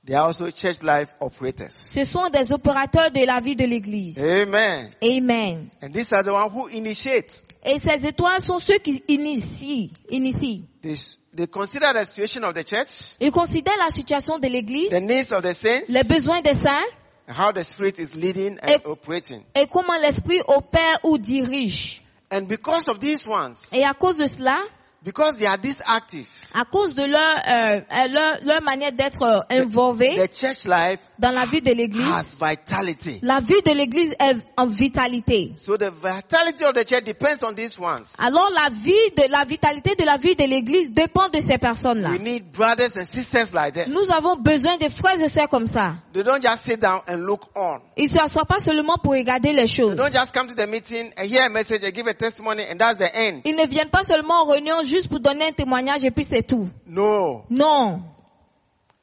Speaker 1: they are also church life operators.
Speaker 2: ce sont des opérateurs de la vie de l'Église.
Speaker 1: Amen.
Speaker 2: Amen.
Speaker 1: And these are the one who initiate.
Speaker 2: Et ces étoiles sont ceux qui initient, initient.
Speaker 1: They, s- they consider the situation of the church,
Speaker 2: Ils considèrent la situation de l'Église,
Speaker 1: the needs of the saints,
Speaker 2: les besoins des saints
Speaker 1: and how the Spirit is leading and
Speaker 2: Et-
Speaker 1: operating.
Speaker 2: et comment l'Esprit opère ou dirige.
Speaker 1: And because of these ones,
Speaker 2: Et à cause de cela,
Speaker 1: because they are this active,
Speaker 2: à cause de leur, euh, euh, leur, leur manière d'être euh, involvés
Speaker 1: the church life
Speaker 2: dans la vie de l'Église,
Speaker 1: has vitality.
Speaker 2: la vie de l'Église est en vitalité.
Speaker 1: So the vitality of the church depends on these ones.
Speaker 2: Alors la vie de la vitalité de la vie de l'Église dépend de ces personnes-là.
Speaker 1: We need brothers and sisters like this.
Speaker 2: Nous avons besoin de frères et sœurs comme ça.
Speaker 1: They don't just sit down and look on.
Speaker 2: Ils ne s'assoient pas seulement pour regarder les
Speaker 1: They
Speaker 2: choses.
Speaker 1: don't just come to the meeting and hear a message and give a testimony and that's the end.
Speaker 2: Ils ne viennent pas seulement en réunion juste pour donner un témoignage et puis c'est tout.
Speaker 1: No,
Speaker 2: Non.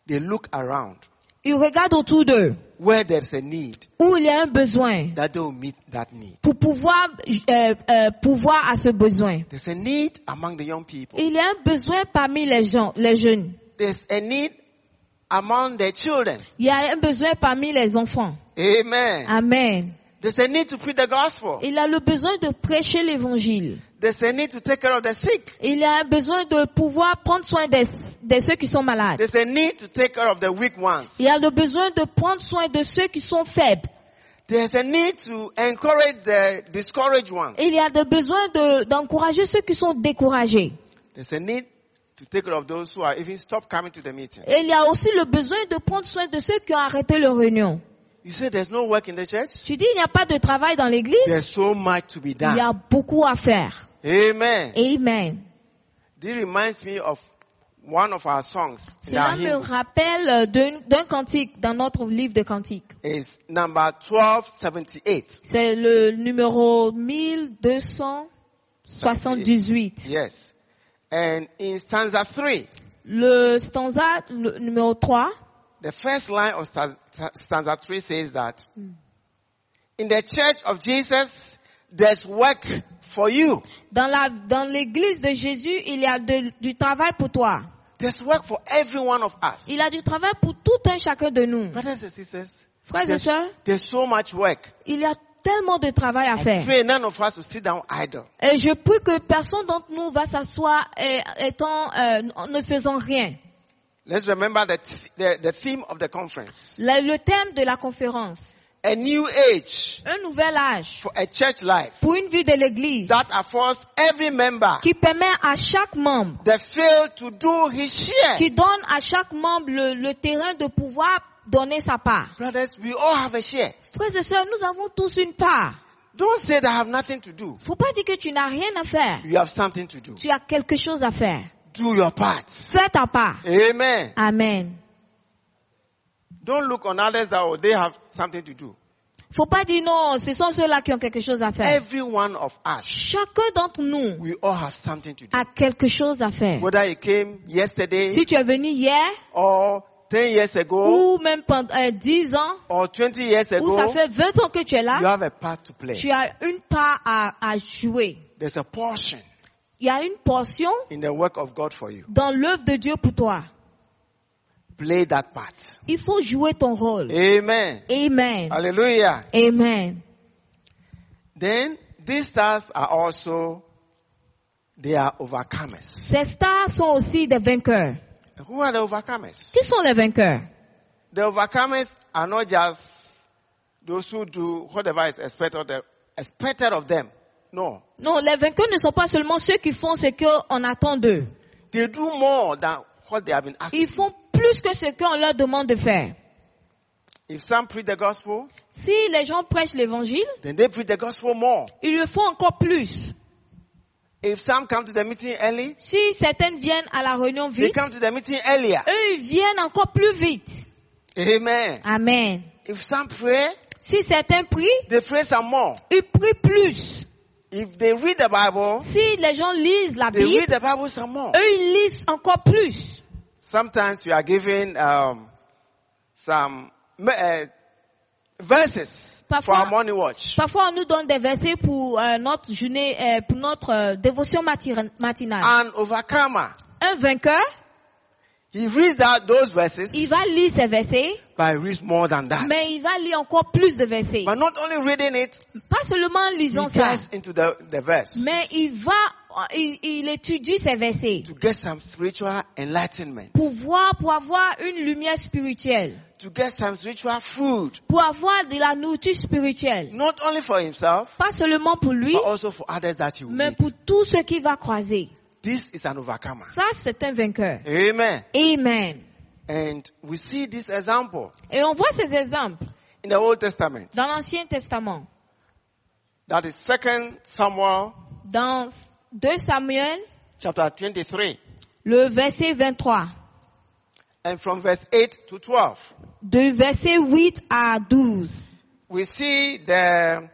Speaker 1: they look around
Speaker 2: Ils regardent autour d'eux
Speaker 1: where there's a need
Speaker 2: où il y a un besoin
Speaker 1: that they will meet that need.
Speaker 2: pour pouvoir euh, euh, pouvoir à ce besoin.
Speaker 1: There's a need among the young people.
Speaker 2: Il y a un besoin parmi les gens, les jeunes.
Speaker 1: There's a need among the children.
Speaker 2: Il y a un besoin parmi les enfants. Ah.
Speaker 1: Amen.
Speaker 2: Amen.
Speaker 1: There's a need to preach the gospel.
Speaker 2: Il y a le besoin de prêcher l'évangile.
Speaker 1: There's a need to take care of the sick.
Speaker 2: Il y a un besoin de pouvoir prendre soin des, de ceux qui sont malades.
Speaker 1: There's a need to take care of the weak ones.
Speaker 2: Il y a le besoin de prendre soin de ceux qui sont faibles.
Speaker 1: There's a need to encourage the discouraged ones.
Speaker 2: Il y a le besoin de- d'encourager ceux qui sont découragés.
Speaker 1: There's a need to take care of those who are even stopped coming to the meeting.
Speaker 2: Et il y a aussi le besoin de prendre soin de ceux qui ont arrêté leur réunion.
Speaker 1: You say there's no work in the church?
Speaker 2: Tu dis, il n'y a pas de travail dans l'église.
Speaker 1: There's so much to be
Speaker 2: Il y
Speaker 1: done.
Speaker 2: a beaucoup à faire.
Speaker 1: Amen.
Speaker 2: Amen.
Speaker 1: This reminds me of one of our songs. in our
Speaker 2: Cela me
Speaker 1: hymn.
Speaker 2: rappelle euh, d'un d'un cantique dans notre livre de cantiques.
Speaker 1: It's number 1278.
Speaker 2: C'est le numéro 1278.
Speaker 1: Yes. And in stanza 3,
Speaker 2: Le stanza le numéro 3,
Speaker 1: the first line of sta- sta- stanza 3 says that in the church of Jesus, there's work for you.
Speaker 2: dans la dans l'église de Jésus, il y a de- du travail pour toi.
Speaker 1: There's work for every one of us.
Speaker 2: Il y a du travail pour tout un chacun de nous.
Speaker 1: Brothers and sisters,
Speaker 2: Frères et
Speaker 1: there's,
Speaker 2: sœurs,
Speaker 1: there's so much work.
Speaker 2: il y a tellement de travail à faire.
Speaker 1: Pray none of us will sit down idle.
Speaker 2: Et je prie que personne d'entre nous va s'asseoir et- étant euh, ne faisant rien.
Speaker 1: Let's remember that the, the theme of the conference.
Speaker 2: Le, le thème de la conférence,
Speaker 1: A new age
Speaker 2: un nouvel âge
Speaker 1: for a church life
Speaker 2: pour une vie de l'Église
Speaker 1: that affords every member
Speaker 2: qui permet à chaque membre,
Speaker 1: the field to do his share.
Speaker 2: qui donne à chaque membre le, le terrain de pouvoir donner sa part.
Speaker 1: Brothers, we all have a share.
Speaker 2: Frères et sœurs, nous avons tous une part.
Speaker 1: Don't say that I have nothing to do.
Speaker 2: Faut pas dire que tu n'as rien à faire.
Speaker 1: You have something to do.
Speaker 2: Tu as quelque chose à faire.
Speaker 1: Do your part.
Speaker 2: Fais ta part.
Speaker 1: Amen.
Speaker 2: Amen.
Speaker 1: Don't look on others that oh, they have something to do.
Speaker 2: Faut pas dire non, ce sont ceux-là qui ont quelque chose à faire.
Speaker 1: Every one of us,
Speaker 2: Chacun d'entre nous
Speaker 1: we all have something to do.
Speaker 2: a quelque chose à faire.
Speaker 1: Whether you came yesterday
Speaker 2: Si tu es venu hier,
Speaker 1: or 10 years ago
Speaker 2: ou même pendant euh, 10 ans,
Speaker 1: or 20 years
Speaker 2: ou ça
Speaker 1: ago,
Speaker 2: fait 20 ans que tu es
Speaker 1: you
Speaker 2: là,
Speaker 1: have a part to play.
Speaker 2: tu as une part à, à jouer.
Speaker 1: There's a portion
Speaker 2: Il y a une portion
Speaker 1: in the work of God for you.
Speaker 2: dans l'œuvre de Dieu pour toi.
Speaker 1: Play that part.
Speaker 2: Il faut jouer ton rôle.
Speaker 1: Amen.
Speaker 2: Amen.
Speaker 1: Hallelujah.
Speaker 2: Amen.
Speaker 1: Then these stars are also they are overcomers.
Speaker 2: Ces stars sont aussi des vainqueurs.
Speaker 1: Who are the overcomers?
Speaker 2: Qui sont les vainqueurs
Speaker 1: The overcomers are not just those who do whatever is expected of them. Expected of them. No,
Speaker 2: Non, les vainqueurs ne sont pas seulement ceux qui font ce qu'on attend d'eux.
Speaker 1: they do more than what they have been asked.
Speaker 2: Ils font plus que ce qu'on leur demande de faire.
Speaker 1: If some preach the gospel,
Speaker 2: Si les gens prêchent l'évangile,
Speaker 1: then they preach the gospel more.
Speaker 2: ils le font encore plus.
Speaker 1: If some come to the meeting early,
Speaker 2: Si certaines viennent à la réunion
Speaker 1: they
Speaker 2: vite,
Speaker 1: come to the meeting earlier.
Speaker 2: eux ils viennent encore plus vite.
Speaker 1: Amen.
Speaker 2: Amen.
Speaker 1: If some pray,
Speaker 2: Si certains prient,
Speaker 1: they pray some more.
Speaker 2: ils prient plus.
Speaker 1: If they read the Bible,
Speaker 2: Si les gens lisent la
Speaker 1: they
Speaker 2: Bible,
Speaker 1: read the Bible some more.
Speaker 2: eux ils lisent encore plus.
Speaker 1: Sometimes we are given um, some uh, verses for our
Speaker 2: Parfois-
Speaker 1: morning watch.
Speaker 2: Parfois on nous donne des versets pour euh, notre journée, euh, pour notre euh, dévotion matir- matinale.
Speaker 1: An overcomer,
Speaker 2: Un vainqueur,
Speaker 1: he reads out those verses,
Speaker 2: il va lire ces versets,
Speaker 1: but he reads more than that.
Speaker 2: mais il va lire encore plus de versets.
Speaker 1: But not only reading it,
Speaker 2: Pas seulement en
Speaker 1: he
Speaker 2: lisant ça,
Speaker 1: gets into the, the verse
Speaker 2: mais il va, il, il étudie ces versets
Speaker 1: to get some spiritual enlightenment,
Speaker 2: pour voir, pour avoir une lumière spirituelle,
Speaker 1: to get some spiritual food,
Speaker 2: pour avoir de la nourriture spirituelle.
Speaker 1: not only for himself,
Speaker 2: Pas seulement pour lui,
Speaker 1: but also for others that he will
Speaker 2: mais
Speaker 1: meet.
Speaker 2: pour tout ce qu'il va croiser.
Speaker 1: This is an overcomer.
Speaker 2: Ça, c'est un vainqueur.
Speaker 1: Amen.
Speaker 2: Amen.
Speaker 1: And we see this example
Speaker 2: Et on voit ces exemples
Speaker 1: in the Old Testament.
Speaker 2: dans l'Ancien Testament.
Speaker 1: That is 2 Samuel
Speaker 2: Dans 2 Samuel,
Speaker 1: chapter 23
Speaker 2: le verset 23,
Speaker 1: and from verse 8 to 12.
Speaker 2: de verset 8 à 12,
Speaker 1: We see the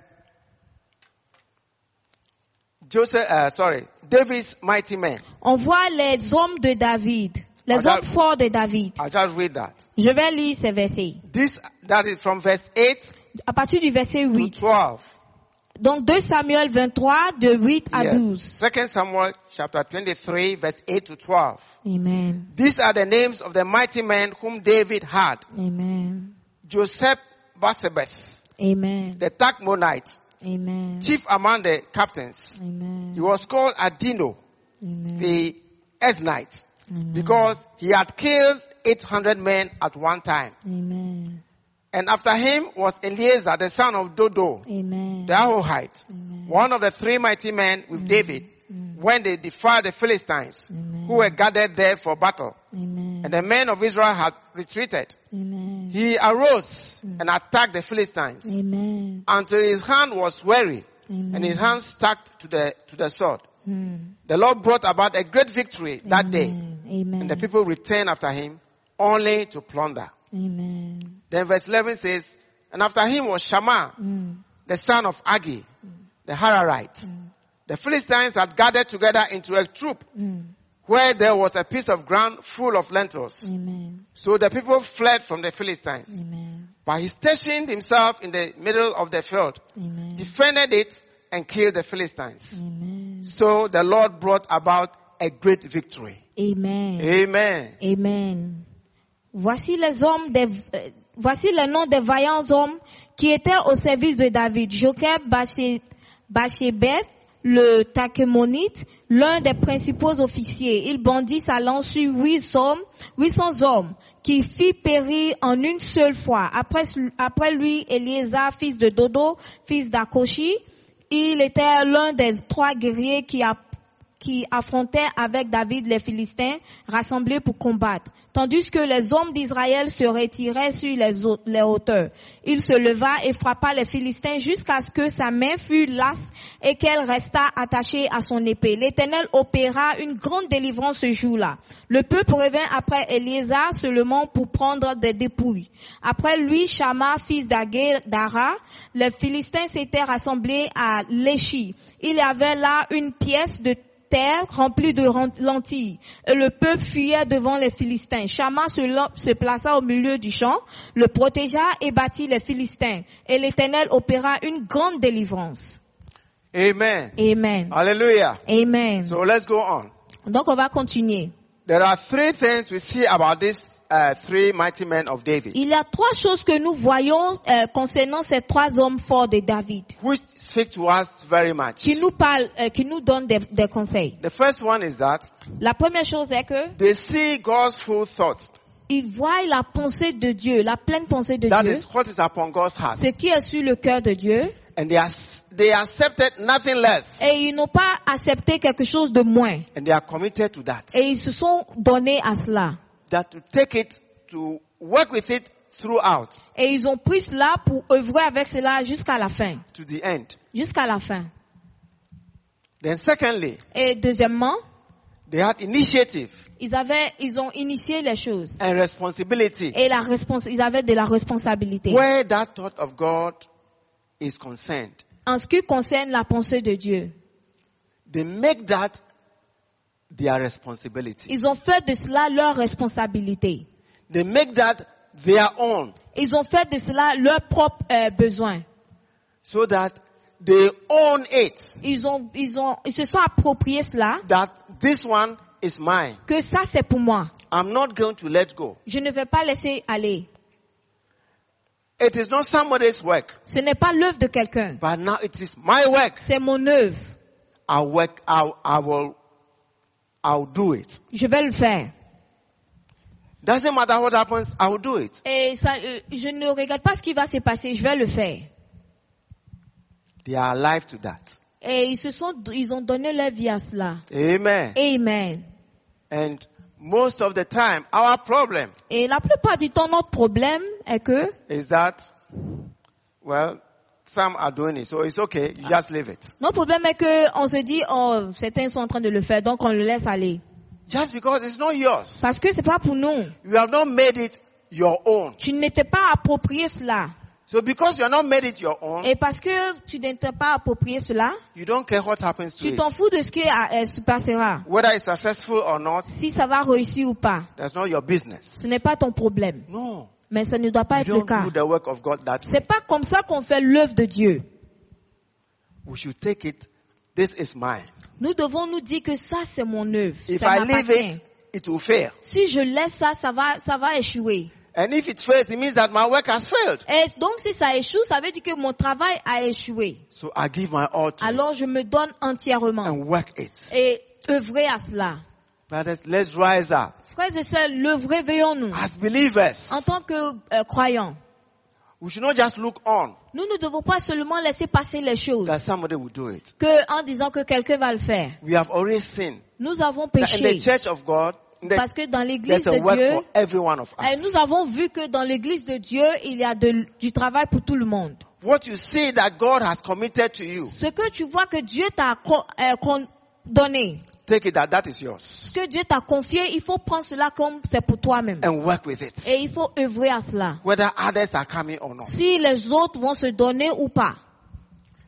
Speaker 1: Joseph, uh, sorry, David's mighty men.
Speaker 2: on voit les hommes de David, les
Speaker 1: Madame-
Speaker 2: hommes forts de David.
Speaker 1: I'll just read that.
Speaker 2: Je vais lire ces versets.
Speaker 1: This, that is from verse 8
Speaker 2: À partir du verset
Speaker 1: to
Speaker 2: 8.
Speaker 1: 12.
Speaker 2: Donc 2 Samuel 23, de 8 à 12.
Speaker 1: Second Samuel chapter 23 verse 8 to 12.
Speaker 2: Amen.
Speaker 1: These are the names of the mighty men whom David had.
Speaker 2: Amen.
Speaker 1: Joseph Basebeth,
Speaker 2: Amen.
Speaker 1: the Tachmonite,
Speaker 2: Amen.
Speaker 1: chief among the captains. He
Speaker 2: Amen.
Speaker 1: was called Adino,
Speaker 2: Amen.
Speaker 1: the Esnite, because he had killed 800 men at one time.
Speaker 2: Amen.
Speaker 1: And after him was Eleazar, the son of Dodo,
Speaker 2: Amen.
Speaker 1: the Ahohite, one of the three mighty men with David, when they defied the Philistines, who were gathered there for battle.
Speaker 2: Amen.
Speaker 1: And the men of Israel had retreated.
Speaker 2: Amen.
Speaker 1: He arose and attacked the Philistines
Speaker 2: Amen.
Speaker 1: until his hand was weary and his hand stuck to the, to the sword. The Lord brought about a great victory that day, and the
Speaker 2: Hmm. Amen.
Speaker 1: people returned after him only to plunder.
Speaker 2: Amen.
Speaker 1: Then verse 11 says, and after him was Shammah,
Speaker 2: Hmm.
Speaker 1: the son of Agi, the Hararite. The Philistines had gathered together into a troop
Speaker 2: Hmm.
Speaker 1: where there was a piece of ground full of lentils.
Speaker 2: Amen.
Speaker 1: So the people fled from the Philistines.
Speaker 2: Amen.
Speaker 1: But he stationed himself in the middle of the field,
Speaker 2: Amen.
Speaker 1: defended it, and killed the Philistines.
Speaker 2: Amen.
Speaker 1: So the Lord brought about a great victory.
Speaker 2: Amen.
Speaker 1: Amen.
Speaker 2: Amen. Voici les hommes des, euh, voici le nom des vaillants hommes qui étaient au service de David. Joker Bachébeth, le Tachemonite, l'un des principaux officiers. Il bondit sa lance sur 800 hommes, 800 hommes qui fit périr en une seule fois. Après, après lui, Eliezer, fils de Dodo, fils d'Akoshi, il était l'un des trois guerriers qui a qui affrontaient avec David les Philistins rassemblés pour combattre, tandis que les hommes d'Israël se retiraient sur les, hau- les hauteurs. Il se leva et frappa les Philistins jusqu'à ce que sa main fût lasse et qu'elle restât attachée à son épée. L'Éternel opéra une grande délivrance ce jour-là. Le peuple revint après Eliezer seulement pour prendre des dépouilles. Après lui, Shama, fils d'Agé- d'Ara, les Philistins s'étaient rassemblés à Léchi. Il y avait là une pièce de terre remplie de ren- lentilles. Et le peuple fuyait devant les Philistins. Shama se, la- se plaça au milieu du champ, le protégea et battit les Philistins. Et l'Éternel opéra une grande délivrance.
Speaker 1: Amen.
Speaker 2: Amen.
Speaker 1: Hallelujah.
Speaker 2: Amen.
Speaker 1: So let's go on.
Speaker 2: Donc on va continuer.
Speaker 1: There are three things we see about these uh, three mighty men of David,
Speaker 2: Il y a trois choses que nous voyons euh, concernant ces trois hommes forts de David
Speaker 1: which speak to us very much.
Speaker 2: qui nous parlent, euh, qui nous donnent des, des conseils.
Speaker 1: The first one is that
Speaker 2: La première chose est que
Speaker 1: they see God's full thought.
Speaker 2: ils voient la pensée de Dieu, la pleine pensée de
Speaker 1: That
Speaker 2: Dieu,
Speaker 1: is what is upon God's heart.
Speaker 2: ce qui est sur le cœur de Dieu,
Speaker 1: And they, are, they accepted nothing less.
Speaker 2: et ils n'ont pas accepté quelque chose de moins,
Speaker 1: And they are committed to that.
Speaker 2: et ils se sont donnés à cela,
Speaker 1: That to take it, to work with it throughout
Speaker 2: et ils ont pris cela pour œuvrer avec cela jusqu'à la fin,
Speaker 1: to the end.
Speaker 2: jusqu'à la fin.
Speaker 1: Then secondly,
Speaker 2: Et deuxièmement,
Speaker 1: they had initiative
Speaker 2: ils avaient, ils ont initié les choses,
Speaker 1: and responsibility
Speaker 2: et la respons- ils avaient de la responsabilité.
Speaker 1: where that thought of God is concerned.
Speaker 2: en ce qui concerne la pensée de Dieu.
Speaker 1: They make that their responsibility.
Speaker 2: Ils ont fait de cela leur responsabilité.
Speaker 1: They make that their own
Speaker 2: Ils ont fait de cela leur propre euh, besoin.
Speaker 1: so that they own it.
Speaker 2: Ils ont, ils ont, ils se sont appropriés cela.
Speaker 1: That this one is mine.
Speaker 2: Que ça c'est pour moi.
Speaker 1: I'm not going to let go.
Speaker 2: Je ne vais pas laisser aller.
Speaker 1: It is not somebody's work,
Speaker 2: Ce n'est pas l'œuvre de quelqu'un.
Speaker 1: but now it is my work.
Speaker 2: C'est mon œuvre.
Speaker 1: I work, I, I will, I'll do it.
Speaker 2: Je vais le faire.
Speaker 1: Doesn't matter what happens, I'll do it.
Speaker 2: Et ça, euh, je ne regarde pas ce qui va se passer. Je vais le faire.
Speaker 1: They are alive to that.
Speaker 2: Et ils se sont, ils ont donné leur vie à cela.
Speaker 1: Amen.
Speaker 2: Amen.
Speaker 1: And most of the time, our problem
Speaker 2: Et la plupart du temps, notre problème est que
Speaker 1: is that, well, some are doing it, so it's okay, you just leave it.
Speaker 2: Notre problème est que on se dit oh certains sont en train de le faire donc on le laisse aller
Speaker 1: Just because it's not yours.
Speaker 2: parce que c'est pas pour nous.
Speaker 1: You have not made it your own.
Speaker 2: Tu n'étais pas approprié cela
Speaker 1: So because you have not made it your own,
Speaker 2: et parce que tu n'étais pas approprié cela,
Speaker 1: you don't care what happens to
Speaker 2: tu t'en
Speaker 1: it.
Speaker 2: fous de ce qui a- euh, se passera,
Speaker 1: Whether it's successful or not,
Speaker 2: si ça va réussir ou pas.
Speaker 1: that's not your business.
Speaker 2: Ce n'est pas ton problème,
Speaker 1: No.
Speaker 2: mais ça ne doit
Speaker 1: You
Speaker 2: pas être le
Speaker 1: don't
Speaker 2: cas.
Speaker 1: do the work of God that way.
Speaker 2: C'est pas comme ça qu'on fait l'œuvre de Dieu.
Speaker 1: We should take it. This is mine.
Speaker 2: Nous devons nous dire que ça c'est mon œuvre.
Speaker 1: If
Speaker 2: ça
Speaker 1: I leave
Speaker 2: m'appartient.
Speaker 1: it, it will fail.
Speaker 2: Si je laisse ça, ça va, ça va échouer.
Speaker 1: And if it fails, it means that my work has failed.
Speaker 2: Et donc si ça échoue, ça veut dire que mon travail a échoué.
Speaker 1: So I give my all to
Speaker 2: Alors
Speaker 1: it
Speaker 2: je me donne entièrement
Speaker 1: and work it.
Speaker 2: et œuvrer à cela.
Speaker 1: Brothers, let's rise up.
Speaker 2: Frères et sœurs, l'œuvrer, veillons-nous.
Speaker 1: As believers,
Speaker 2: En tant que euh, croyants,
Speaker 1: we should not just look on
Speaker 2: nous ne devons pas seulement laisser passer les choses
Speaker 1: that somebody will do it.
Speaker 2: que en disant que quelqu'un va le faire.
Speaker 1: We have already seen
Speaker 2: Nous avons
Speaker 1: that in the
Speaker 2: péché
Speaker 1: church of God, in the
Speaker 2: parce que dans l'église
Speaker 1: There's a
Speaker 2: de
Speaker 1: work
Speaker 2: Dieu,
Speaker 1: for every one of
Speaker 2: euh,
Speaker 1: us.
Speaker 2: nous avons vu que dans l'église de Dieu, il y a de- du travail pour tout le monde.
Speaker 1: What you see that God has committed to you,
Speaker 2: Ce que tu vois que Dieu t'a co- euh, con- donné,
Speaker 1: take it that that is yours
Speaker 2: ce que Dieu t'a confié, il faut prendre cela comme c'est pour toi-même.
Speaker 1: and work with it.
Speaker 2: Et il faut œuvrer à cela.
Speaker 1: Whether others are coming or not.
Speaker 2: si les autres vont se donner ou pas.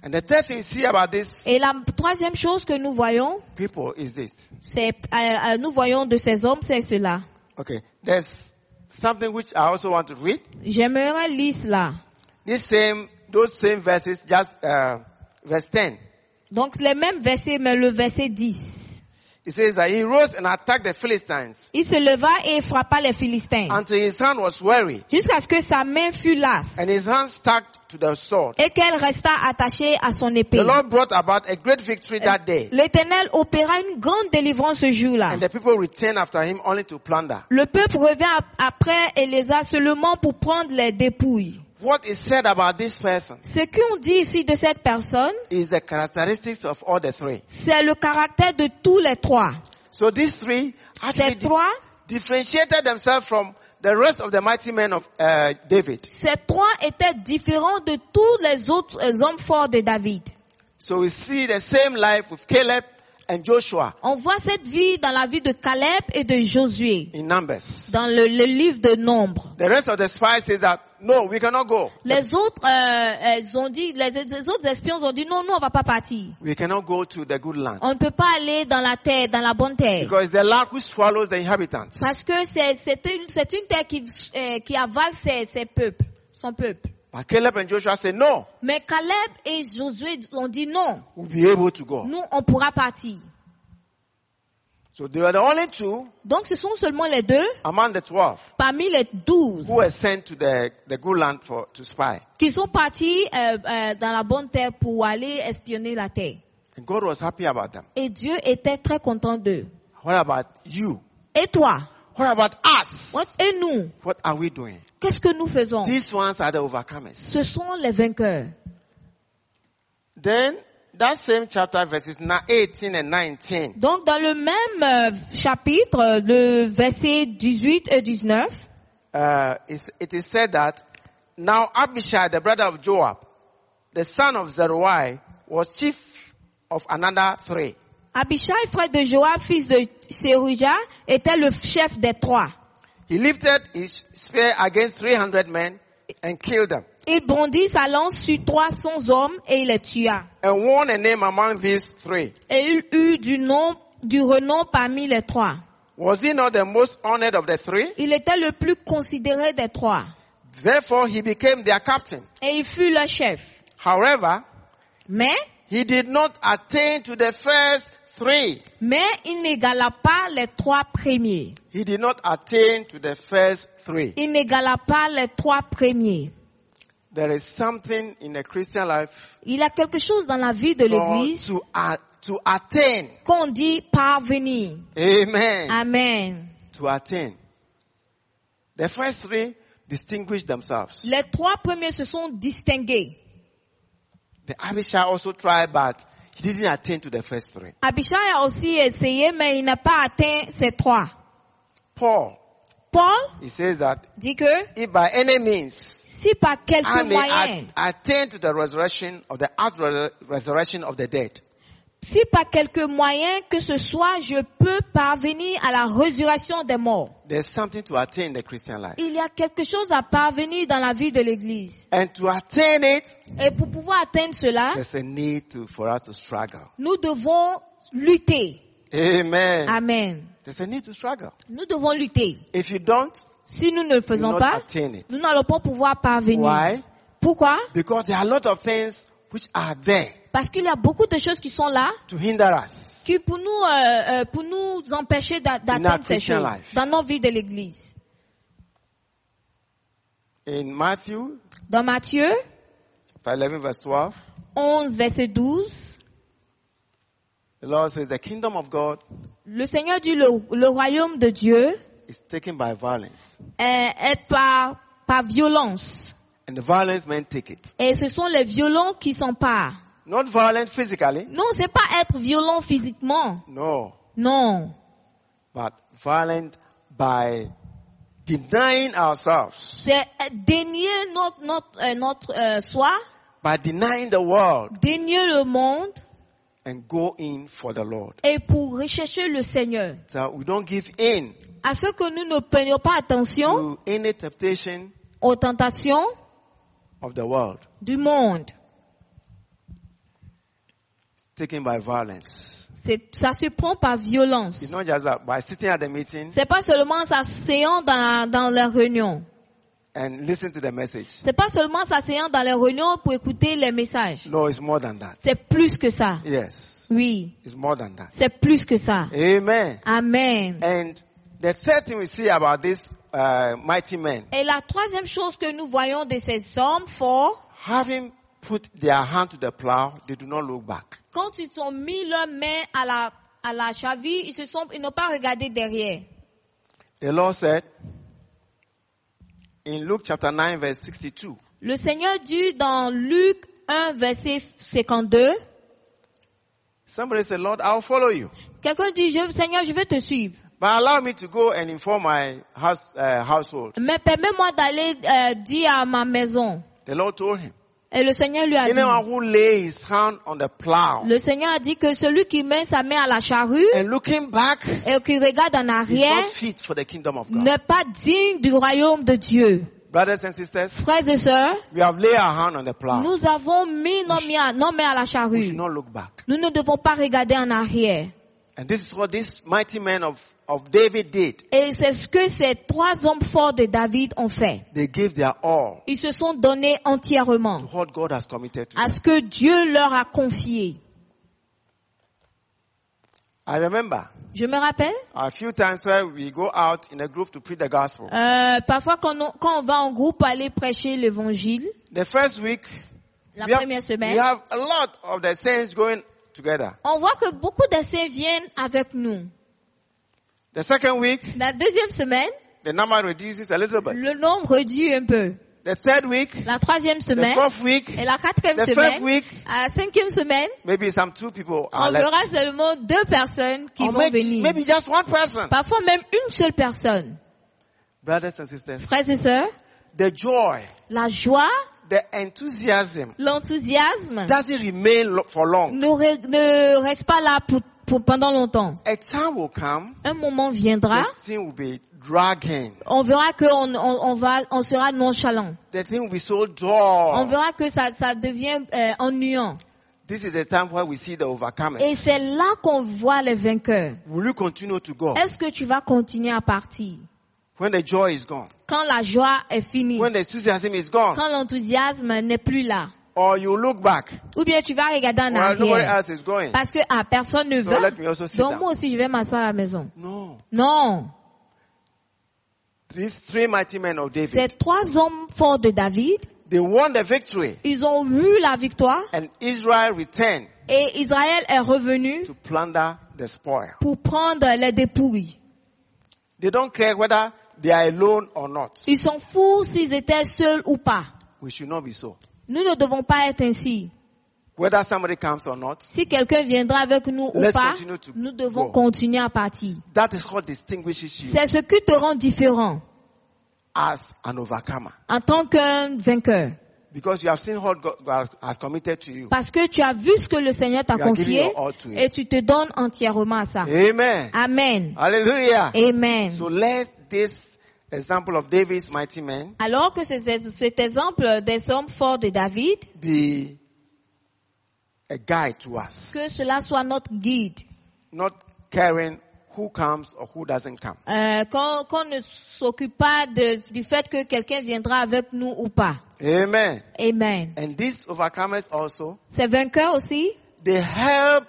Speaker 1: And the third thing you see about these
Speaker 2: Et la troisième chose que nous voyons,
Speaker 1: people is this.
Speaker 2: c'est euh, euh, nous voyons de ces hommes, c'est cela.
Speaker 1: Okay. There's something which I also want to read.
Speaker 2: J'aimerais lire cela.
Speaker 1: This same, those same verses, just, uh, verse 10.
Speaker 2: Donc les mêmes versets, mais le verset 10.
Speaker 1: It says that he rose and attacked the Philistines
Speaker 2: Il se leva et frappa les Philistins,
Speaker 1: until his hand was weary
Speaker 2: jusqu'à ce que sa main fût lasse
Speaker 1: and his hand stuck to the sword.
Speaker 2: et qu'elle resta attachée à son épée.
Speaker 1: The Lord brought about a great victory that day
Speaker 2: L'Éternel opéra une grande délivrance ce jour-là.
Speaker 1: and the people returned after him only to plunder.
Speaker 2: Le peuple revint ap- après Élésa seulement pour prendre les dépouilles.
Speaker 1: What is said about this person
Speaker 2: Ce qu'on dit ici de cette personne,
Speaker 1: is the characteristics of all the three.
Speaker 2: C'est le caractère de tous les trois.
Speaker 1: So these three actually
Speaker 2: Ces
Speaker 1: di-
Speaker 2: trois,
Speaker 1: differentiated themselves from the rest of the mighty men of uh, David.
Speaker 2: ces trois étaient différents de tous les autres euh, hommes forts de David.
Speaker 1: So we see the same life with Caleb and Joshua
Speaker 2: On voit cette vie dans la vie de Caleb et de Josué,
Speaker 1: in Numbers.
Speaker 2: dans le, le livre de Nombre.
Speaker 1: The rest of the spies says that no, we cannot go.
Speaker 2: Les autres, euh, elles ont dit, les, les autres espions ont dit non, nous on va pas partir.
Speaker 1: We cannot go to the good land
Speaker 2: On ne peut pas aller dans la terre, dans la bonne terre.
Speaker 1: because the land which swallows the inhabitants.
Speaker 2: Parce que c'est c'est une, c'est une terre qui, euh, qui avale ses, ses peuples, son peuple.
Speaker 1: But Caleb and Joshua said, no,
Speaker 2: Mais Caleb et Josué ont dit non,
Speaker 1: we'll be able to go.
Speaker 2: nous on pourra partir.
Speaker 1: So they were the only two
Speaker 2: Donc ce sont seulement les deux
Speaker 1: among the 12
Speaker 2: parmi les douze
Speaker 1: who were sent to the, the good land for, to spy.
Speaker 2: qui sont partis euh, euh, dans la bonne terre pour aller espionner la terre.
Speaker 1: And God was happy about them.
Speaker 2: Et Dieu était très content d'eux.
Speaker 1: What about you?
Speaker 2: Et toi
Speaker 1: What about us?
Speaker 2: What- Oh. Et nous
Speaker 1: What are we doing?
Speaker 2: Qu'est-ce que nous faisons
Speaker 1: These ones are the overcomers.
Speaker 2: Ce sont les vainqueurs.
Speaker 1: Then, that same chapter, verses ni- 18 and 19.
Speaker 2: Donc dans le même euh, chapitre, euh, le verset 18 et 19,
Speaker 1: uh, it's- it is said that now Abishai, the brother of Joab, the son of Zeruiah, was chief of another three.
Speaker 2: Abishai, frère de Joab, fils de Seruja, était le chef des trois.
Speaker 1: He lifted his spear against 300 men and killed them,
Speaker 2: Il bondit sa lance sur 300 hommes et il les tua.
Speaker 1: and won a name among these three.
Speaker 2: Et il eut du nom, du renom parmi les trois.
Speaker 1: Was he not the most honored of the three?
Speaker 2: Il était le plus considéré des trois.
Speaker 1: Therefore, he became their captain.
Speaker 2: Et il fut le chef.
Speaker 1: However,
Speaker 2: Mais,
Speaker 1: he did not attain to the first three.
Speaker 2: mais il n'égala pas les trois premiers.
Speaker 1: He did not attain to the first three.
Speaker 2: Il n'égala pas les trois premiers.
Speaker 1: There is something in the Christian life
Speaker 2: Il y a quelque chose dans la vie de l'église
Speaker 1: to, a- to attain.
Speaker 2: qu'on dit parvenir.
Speaker 1: Amen.
Speaker 2: Amen.
Speaker 1: to attain. The first three distinguish themselves.
Speaker 2: Les trois premiers se sont distingués.
Speaker 1: The Abishai also tried, but he didn't attain to the first three.
Speaker 2: Abishai a aussi essayé, mais il n'a pas atteint ces trois.
Speaker 1: Paul,
Speaker 2: Paul
Speaker 1: he says that
Speaker 2: dit que
Speaker 1: if by any means
Speaker 2: si par
Speaker 1: I
Speaker 2: quelque
Speaker 1: may
Speaker 2: moyen,
Speaker 1: at- attain to the resurrection of the after resurrection of the dead,
Speaker 2: si par quelque moyen que ce soit, je peux parvenir à la résurrection des morts.
Speaker 1: there's something to attain in the Christian life.
Speaker 2: Il y a quelque chose à parvenir dans la vie de l'église.
Speaker 1: And to attain it,
Speaker 2: Et pour pouvoir atteindre cela,
Speaker 1: there's a need to, for us to struggle.
Speaker 2: nous devons lutter.
Speaker 1: Amen.
Speaker 2: Amen.
Speaker 1: There's a need to struggle.
Speaker 2: Nous devons lutter.
Speaker 1: If you don't,
Speaker 2: Si nous ne le
Speaker 1: you
Speaker 2: faisons
Speaker 1: will
Speaker 2: pas,
Speaker 1: not attain it.
Speaker 2: nous n'allons pas pouvoir parvenir.
Speaker 1: Why?
Speaker 2: Pourquoi?
Speaker 1: Because there are a lot of things which are there
Speaker 2: Parce qu'il y a beaucoup de choses qui sont là
Speaker 1: to hinder us.
Speaker 2: qui pour nous, euh, euh, pour nous empêcher
Speaker 1: In
Speaker 2: d'a-
Speaker 1: our
Speaker 2: d'atteindre ces
Speaker 1: Christian
Speaker 2: choses
Speaker 1: life.
Speaker 2: dans nos vies de l'Église.
Speaker 1: In Matthew
Speaker 2: Dans Matthieu
Speaker 1: chapter 11, verse 12,
Speaker 2: 11, verset 12,
Speaker 1: the Lord says, The kingdom of God
Speaker 2: le Seigneur dit le, le royaume de Dieu
Speaker 1: is taken by violence,
Speaker 2: est, est par, par violence.
Speaker 1: and the violence men take it.
Speaker 2: Et ce sont les violents qui s'emparent.
Speaker 1: Not violent physically,
Speaker 2: Non, c'est pas être violent physiquement.
Speaker 1: no,
Speaker 2: Non.
Speaker 1: but violent by denying ourselves,
Speaker 2: C'est euh, dénier notre, notre, euh, notre euh, soi,
Speaker 1: by denying the world,
Speaker 2: dénier le monde
Speaker 1: and go in for the Lord.
Speaker 2: et pour rechercher le Seigneur.
Speaker 1: So we don't give in
Speaker 2: Afin que nous ne prenions pas attention
Speaker 1: to any temptation
Speaker 2: aux tentations
Speaker 1: of the world.
Speaker 2: du monde.
Speaker 1: It's taken by violence.
Speaker 2: C'est- Ça se prend par violence.
Speaker 1: It's not just that by sitting at the meeting
Speaker 2: C'est pas seulement s'asseyant dans, dans les réunions.
Speaker 1: and listen to the message.
Speaker 2: C'est pas seulement s'asseyant dans les réunions pour écouter les messages.
Speaker 1: No, it's more than that.
Speaker 2: C'est plus que ça.
Speaker 1: Yes,
Speaker 2: Oui.
Speaker 1: it's more than that.
Speaker 2: C'est plus que ça.
Speaker 1: Amen.
Speaker 2: Amen.
Speaker 1: And the third thing we see about this uh, mighty men,
Speaker 2: Et la troisième chose que nous voyons de ces hommes forts,
Speaker 1: having put their hand to the plow, they do not look back.
Speaker 2: quand ils ont mis leurs mains à la, à la chaville, ils se sont, ils n'ont pas regardé derrière.
Speaker 1: The Lord said in Luke chapter 9, verse 62,
Speaker 2: Le Seigneur dit dans Luc 1, verset 52,
Speaker 1: somebody said, Lord, I'll follow you,
Speaker 2: quelqu'un dit, Je- Seigneur, je vais te suivre,
Speaker 1: but allow me to go and inform my house, uh, household.
Speaker 2: mais permets-moi d'aller euh, dire à ma maison.
Speaker 1: The Lord told him,
Speaker 2: Et le Seigneur lui a
Speaker 1: anyone
Speaker 2: dit,
Speaker 1: who lays his hand on the plow
Speaker 2: le Seigneur a dit que celui qui met sa main à la charrue
Speaker 1: and looking back is
Speaker 2: et qui regarde en arrière
Speaker 1: not fit for the kingdom of God.
Speaker 2: n'est pas digne du royaume de Dieu.
Speaker 1: Brothers and sisters,
Speaker 2: Frères et sœurs,
Speaker 1: we have laid our hand on the plow.
Speaker 2: nous avons mis nos mains à, nos mains à la
Speaker 1: We should
Speaker 2: charrue.
Speaker 1: not look back.
Speaker 2: Nous ne devons pas regarder en arrière.
Speaker 1: And this is what this mighty man of, of David did.
Speaker 2: Et c'est ce que ces trois hommes forts de David ont fait.
Speaker 1: They gave their all
Speaker 2: Ils se sont donnés entièrement
Speaker 1: to what God has committed to
Speaker 2: à
Speaker 1: them.
Speaker 2: ce que Dieu leur a confié.
Speaker 1: I remember
Speaker 2: Je me rappelle,
Speaker 1: a few times where we go out in a group to preach the gospel.
Speaker 2: euh, parfois quand on, quand on va en groupe aller prêcher l'évangile,
Speaker 1: The first week,
Speaker 2: la
Speaker 1: we have,
Speaker 2: première semaine,
Speaker 1: we have a lot of the saints going together.
Speaker 2: on voit que beaucoup de saints viennent avec nous.
Speaker 1: The second week,
Speaker 2: La deuxième semaine,
Speaker 1: the number reduces a little bit.
Speaker 2: le nombre réduit un peu.
Speaker 1: The third week,
Speaker 2: La troisième
Speaker 1: the
Speaker 2: semaine
Speaker 1: fourth week,
Speaker 2: et la quatrième
Speaker 1: the fifth
Speaker 2: semaine,
Speaker 1: week,
Speaker 2: à la cinquième semaine,
Speaker 1: maybe some two people are
Speaker 2: on
Speaker 1: left.
Speaker 2: verra seulement deux personnes qui
Speaker 1: Or
Speaker 2: vont
Speaker 1: maybe,
Speaker 2: venir.
Speaker 1: maybe just one person.
Speaker 2: Parfois même une seule personne.
Speaker 1: Brothers and sisters,
Speaker 2: Frères et sœurs,
Speaker 1: the joy,
Speaker 2: la joie,
Speaker 1: the enthusiasm
Speaker 2: l'enthousiasme
Speaker 1: doesn't remain lo- for long.
Speaker 2: ne, re- ne reste pas là pour, pour pendant longtemps.
Speaker 1: A time will come
Speaker 2: Un moment viendra,
Speaker 1: The thing will be dragging.
Speaker 2: on verra qu'on on, on va, on sera nonchalant.
Speaker 1: The thing will be so
Speaker 2: On
Speaker 1: dull.
Speaker 2: verra que ça, ça devient euh, ennuyant.
Speaker 1: This is the time where we see the
Speaker 2: Et
Speaker 1: overcomers.
Speaker 2: c'est là qu'on voit les vainqueurs.
Speaker 1: Will you continue to go
Speaker 2: Est-ce que tu vas continuer à partir
Speaker 1: when the joy is gone,
Speaker 2: quand la joie est finie,
Speaker 1: when the enthusiasm is gone,
Speaker 2: quand l'enthousiasme n'est plus là?
Speaker 1: or you look back?
Speaker 2: Ou bien tu vas regarder en
Speaker 1: Well, nobody
Speaker 2: arrière
Speaker 1: else is going.
Speaker 2: parce que ah, personne ne
Speaker 1: So
Speaker 2: veut.
Speaker 1: let me also sit
Speaker 2: Donc
Speaker 1: down.
Speaker 2: moi aussi je vais m'asseoir à la maison.
Speaker 1: No,
Speaker 2: Non,
Speaker 1: these three mighty men of
Speaker 2: ces
Speaker 1: David,
Speaker 2: trois hommes forts de David,
Speaker 1: they won the victory,
Speaker 2: ils ont eu la victoire
Speaker 1: and Israel returned
Speaker 2: et Israël est revenu
Speaker 1: to plunder the spoil.
Speaker 2: pour prendre les dépouilles.
Speaker 1: They don't care whether they are alone or not.
Speaker 2: Ils sont fous s'ils étaient seuls ou pas.
Speaker 1: We should not be so.
Speaker 2: Nous ne devons pas être ainsi.
Speaker 1: Whether somebody comes or not,
Speaker 2: Si quelqu'un viendra avec nous ou
Speaker 1: Let's
Speaker 2: pas,
Speaker 1: continue to
Speaker 2: nous devons
Speaker 1: go.
Speaker 2: continuer à partir.
Speaker 1: that is what distinguishes you
Speaker 2: C'est ce qui te rend différent
Speaker 1: as an overcomer.
Speaker 2: en tant qu'un vainqueur.
Speaker 1: Because you have seen what God God has committed to you.
Speaker 2: Parce que tu as vu ce que le Seigneur t'a
Speaker 1: You are
Speaker 2: confié
Speaker 1: giving your all to it.
Speaker 2: et tu te donnes entièrement à ça.
Speaker 1: Amen.
Speaker 2: Amen.
Speaker 1: Hallelujah.
Speaker 2: Amen.
Speaker 1: So let this example of David's mighty men
Speaker 2: Alors que c'est- c'est- cet exemple des hommes forts de David,
Speaker 1: be a guide to us.
Speaker 2: que cela soit notre guide,
Speaker 1: Not caring who comes or who doesn't come.
Speaker 2: euh, qu'on qu'on ne s'occupe pas de- du fait que quelqu'un viendra avec nous ou pas.
Speaker 1: Amen.
Speaker 2: Amen.
Speaker 1: And these overcomers also,
Speaker 2: Ces vainqueurs aussi,
Speaker 1: they help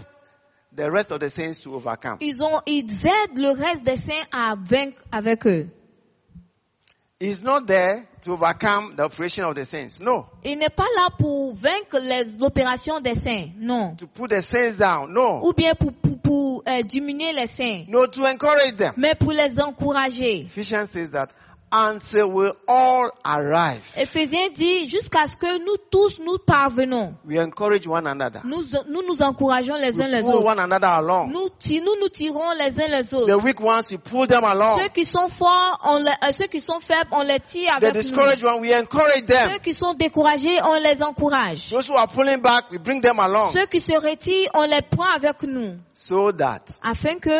Speaker 1: the rest of the saints to overcome.
Speaker 2: ils, ont, ils aident le reste des saints à vaincre avec eux.
Speaker 1: He's not there to overcome the operation of the saints. No.
Speaker 2: Il n'est pas là pour vaincre les- l'opération des saints, non.
Speaker 1: To put the saints down. No.
Speaker 2: Ou bien pour, pour, pour, euh, diminuer les saints.
Speaker 1: No, to encourage them.
Speaker 2: mais pour les encourager.
Speaker 1: Ephesians says that until we all arrive,
Speaker 2: Éphésiens dit jusqu'à ce que nous tous nous parvenons.
Speaker 1: we encourage one another.
Speaker 2: Nous nous, nous encourageons les uns
Speaker 1: We
Speaker 2: les
Speaker 1: pull
Speaker 2: autres.
Speaker 1: one another along.
Speaker 2: Nous, ti- nous nous tirons les uns les
Speaker 1: The
Speaker 2: autres.
Speaker 1: weak ones, we pull them along.
Speaker 2: Ceux qui sont forts, on les, euh, ceux qui sont faibles, on les tire
Speaker 1: The
Speaker 2: avec nous.
Speaker 1: discouraged one, we encourage
Speaker 2: Ceux
Speaker 1: them.
Speaker 2: qui sont découragés, on les encourage.
Speaker 1: Those who are pulling back, we bring them along
Speaker 2: Ceux qui se retirent, on les prend avec nous,
Speaker 1: so that
Speaker 2: afin que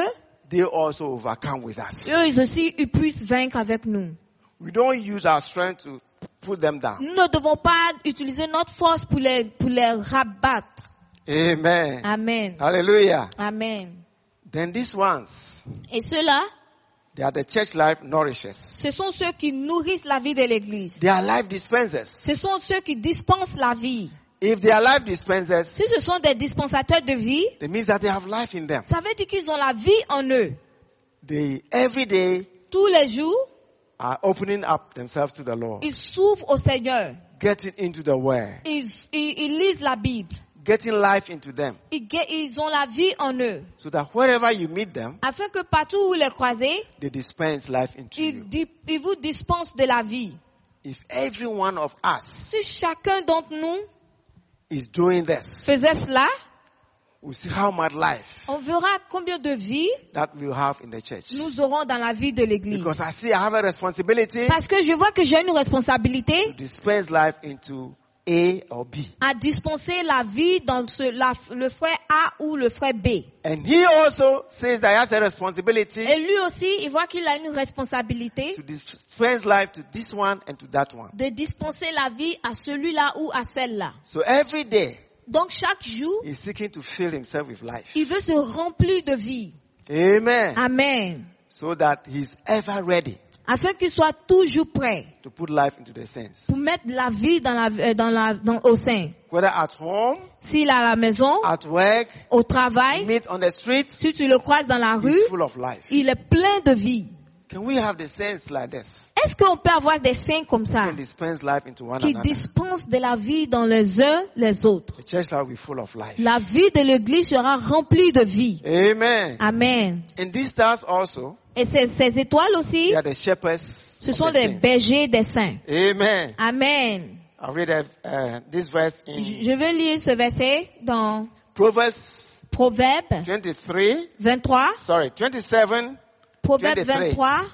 Speaker 1: they also overcome with us.
Speaker 2: eux ils aussi ils puissent vaincre avec nous.
Speaker 1: We don't use our strength to put them down.
Speaker 2: Nous ne devons pas utiliser notre force pour les pour les rabattre.
Speaker 1: Amen.
Speaker 2: Amen.
Speaker 1: Hallelujah.
Speaker 2: Amen.
Speaker 1: Then these ones,
Speaker 2: Et cela,
Speaker 1: they are the church life nourishes.
Speaker 2: Ce sont ceux qui nourrissent la vie de l'Église.
Speaker 1: They are life dispensers.
Speaker 2: Ce sont ceux qui dispensent la vie.
Speaker 1: If they are life dispensers,
Speaker 2: Si ce sont des dispensateurs de vie,
Speaker 1: it means that they have life in them.
Speaker 2: ça veut dire qu'ils ont la vie en eux.
Speaker 1: They every day
Speaker 2: Tous les jours,
Speaker 1: are opening up themselves to the Lord,
Speaker 2: ils s'ouvrent au Seigneur.
Speaker 1: getting into the Word,
Speaker 2: Ils, ils- ils lisent la Bible.
Speaker 1: getting life into them,
Speaker 2: Ils, gai- ils ont la vie en eux.
Speaker 1: so that wherever you meet them,
Speaker 2: Afin que partout où vous les croisez,
Speaker 1: they dispense life into
Speaker 2: ils,
Speaker 1: you.
Speaker 2: di- ils vous dispensent de la vie.
Speaker 1: If every one of us
Speaker 2: Si chacun d'entre nous
Speaker 1: is doing this,
Speaker 2: faisait cela,
Speaker 1: we see how much life
Speaker 2: on verra combien de vies
Speaker 1: that we'll have in the church.
Speaker 2: nous aurons dans la vie de l'Église.
Speaker 1: Because I see I have a responsibility
Speaker 2: Parce que je vois que j'ai une
Speaker 1: to
Speaker 2: responsabilité
Speaker 1: dispense life into A or B.
Speaker 2: à dispenser la vie dans ce- la- le frère A ou le frère B.
Speaker 1: And he also says that he has a responsibility
Speaker 2: Et lui aussi, il voit qu'il a une responsabilité
Speaker 1: to dispense life to this one and to that one.
Speaker 2: de dispenser la vie à celui-là ou à celle-là.
Speaker 1: So every day,
Speaker 2: Donc chaque jour,
Speaker 1: He's seeking to fill himself with life.
Speaker 2: il veut se remplir de vie.
Speaker 1: Amen.
Speaker 2: Amen.
Speaker 1: So that he's ever ready
Speaker 2: Afin qu'il soit toujours prêt
Speaker 1: to put life into the sense.
Speaker 2: pour mettre la vie dans la, euh, dans la, dans, au sein.
Speaker 1: Whether at home,
Speaker 2: S'il est à la maison,
Speaker 1: at work,
Speaker 2: au travail,
Speaker 1: meet on the street,
Speaker 2: si tu le croises dans la rue,
Speaker 1: he's full of life.
Speaker 2: il est plein de vie.
Speaker 1: Can we have the sense like this?
Speaker 2: Est-ce qu'on peut avoir des saints comme ça
Speaker 1: Can dispense life into one
Speaker 2: qui
Speaker 1: another.
Speaker 2: dispensent de la vie dans les uns les autres
Speaker 1: The church life will be full of life.
Speaker 2: La vie de l'Église sera remplie de vie.
Speaker 1: Amen.
Speaker 2: Amen.
Speaker 1: And these stars also,
Speaker 2: Et ces, ces étoiles
Speaker 1: they
Speaker 2: aussi,
Speaker 1: are the shepherds.
Speaker 2: ce
Speaker 1: of
Speaker 2: sont
Speaker 1: the
Speaker 2: les
Speaker 1: saints.
Speaker 2: bergers des saints.
Speaker 1: Amen.
Speaker 2: Amen.
Speaker 1: I'll read uh, this verse in
Speaker 2: Je je vais lire ce verset dans
Speaker 1: Proverbs
Speaker 2: Proverbe
Speaker 1: 23,
Speaker 2: 23.
Speaker 1: sorry, 27,
Speaker 2: Proverbe
Speaker 1: 23.
Speaker 2: 23.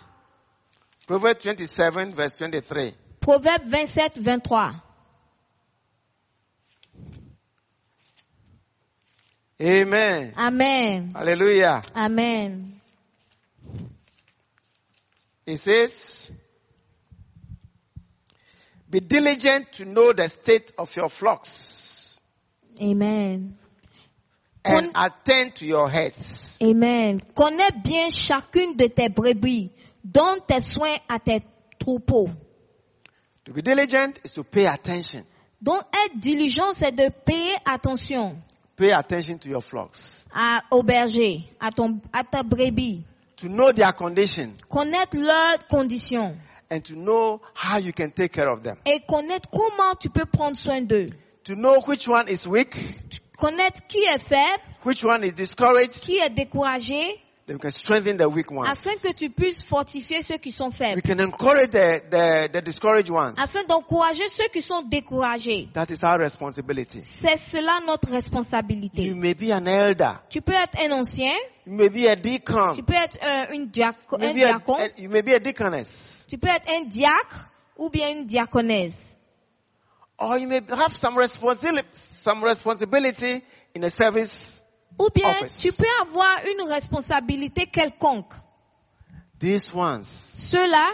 Speaker 1: Proverbs 27 verse 23.
Speaker 2: Proverbe 27, 23.
Speaker 1: Amen.
Speaker 2: Amen.
Speaker 1: Hallelujah.
Speaker 2: Amen.
Speaker 1: It says, be diligent to know the state of your flocks
Speaker 2: Amen.
Speaker 1: and
Speaker 2: Con-
Speaker 1: attend to your heads.
Speaker 2: Amen. Connais bien chacune de tes brebis. Donne tes soins à tes troupeaux.
Speaker 1: To be diligent is to pay attention.
Speaker 2: Donc, être diligent, c'est de payer attention
Speaker 1: Pay attention to your flocks.
Speaker 2: à, au berger, à, ton, à ta brebis.
Speaker 1: To know their condition
Speaker 2: Connaître leurs conditions
Speaker 1: and to know how you can take care of them.
Speaker 2: et connaître comment tu peux prendre soin d'eux.
Speaker 1: To know which one is weak,
Speaker 2: Connaître qui est faible,
Speaker 1: which one is discouraged,
Speaker 2: qui est découragé,
Speaker 1: then we can strengthen the weak ones.
Speaker 2: afin que tu puisses fortifier ceux qui sont
Speaker 1: We
Speaker 2: faibles,
Speaker 1: can encourage the, the, the discouraged ones.
Speaker 2: afin d'encourager ceux qui sont découragés.
Speaker 1: That is our responsibility.
Speaker 2: C'est cela notre
Speaker 1: You
Speaker 2: responsabilité.
Speaker 1: may be an elder.
Speaker 2: Tu peux être un ancien,
Speaker 1: You may be a
Speaker 2: Tu
Speaker 1: deacon.
Speaker 2: peux être euh, une diaco-
Speaker 1: You may
Speaker 2: un
Speaker 1: be a,
Speaker 2: diacon,
Speaker 1: a- you may be a deaconess.
Speaker 2: tu peux être un diacre ou bien une diaconesse.
Speaker 1: Or you may have some responsibility, some responsibility in the service.
Speaker 2: Ou bien
Speaker 1: Office.
Speaker 2: tu peux avoir une responsabilité quelconque.
Speaker 1: These ones,
Speaker 2: Ceux-là,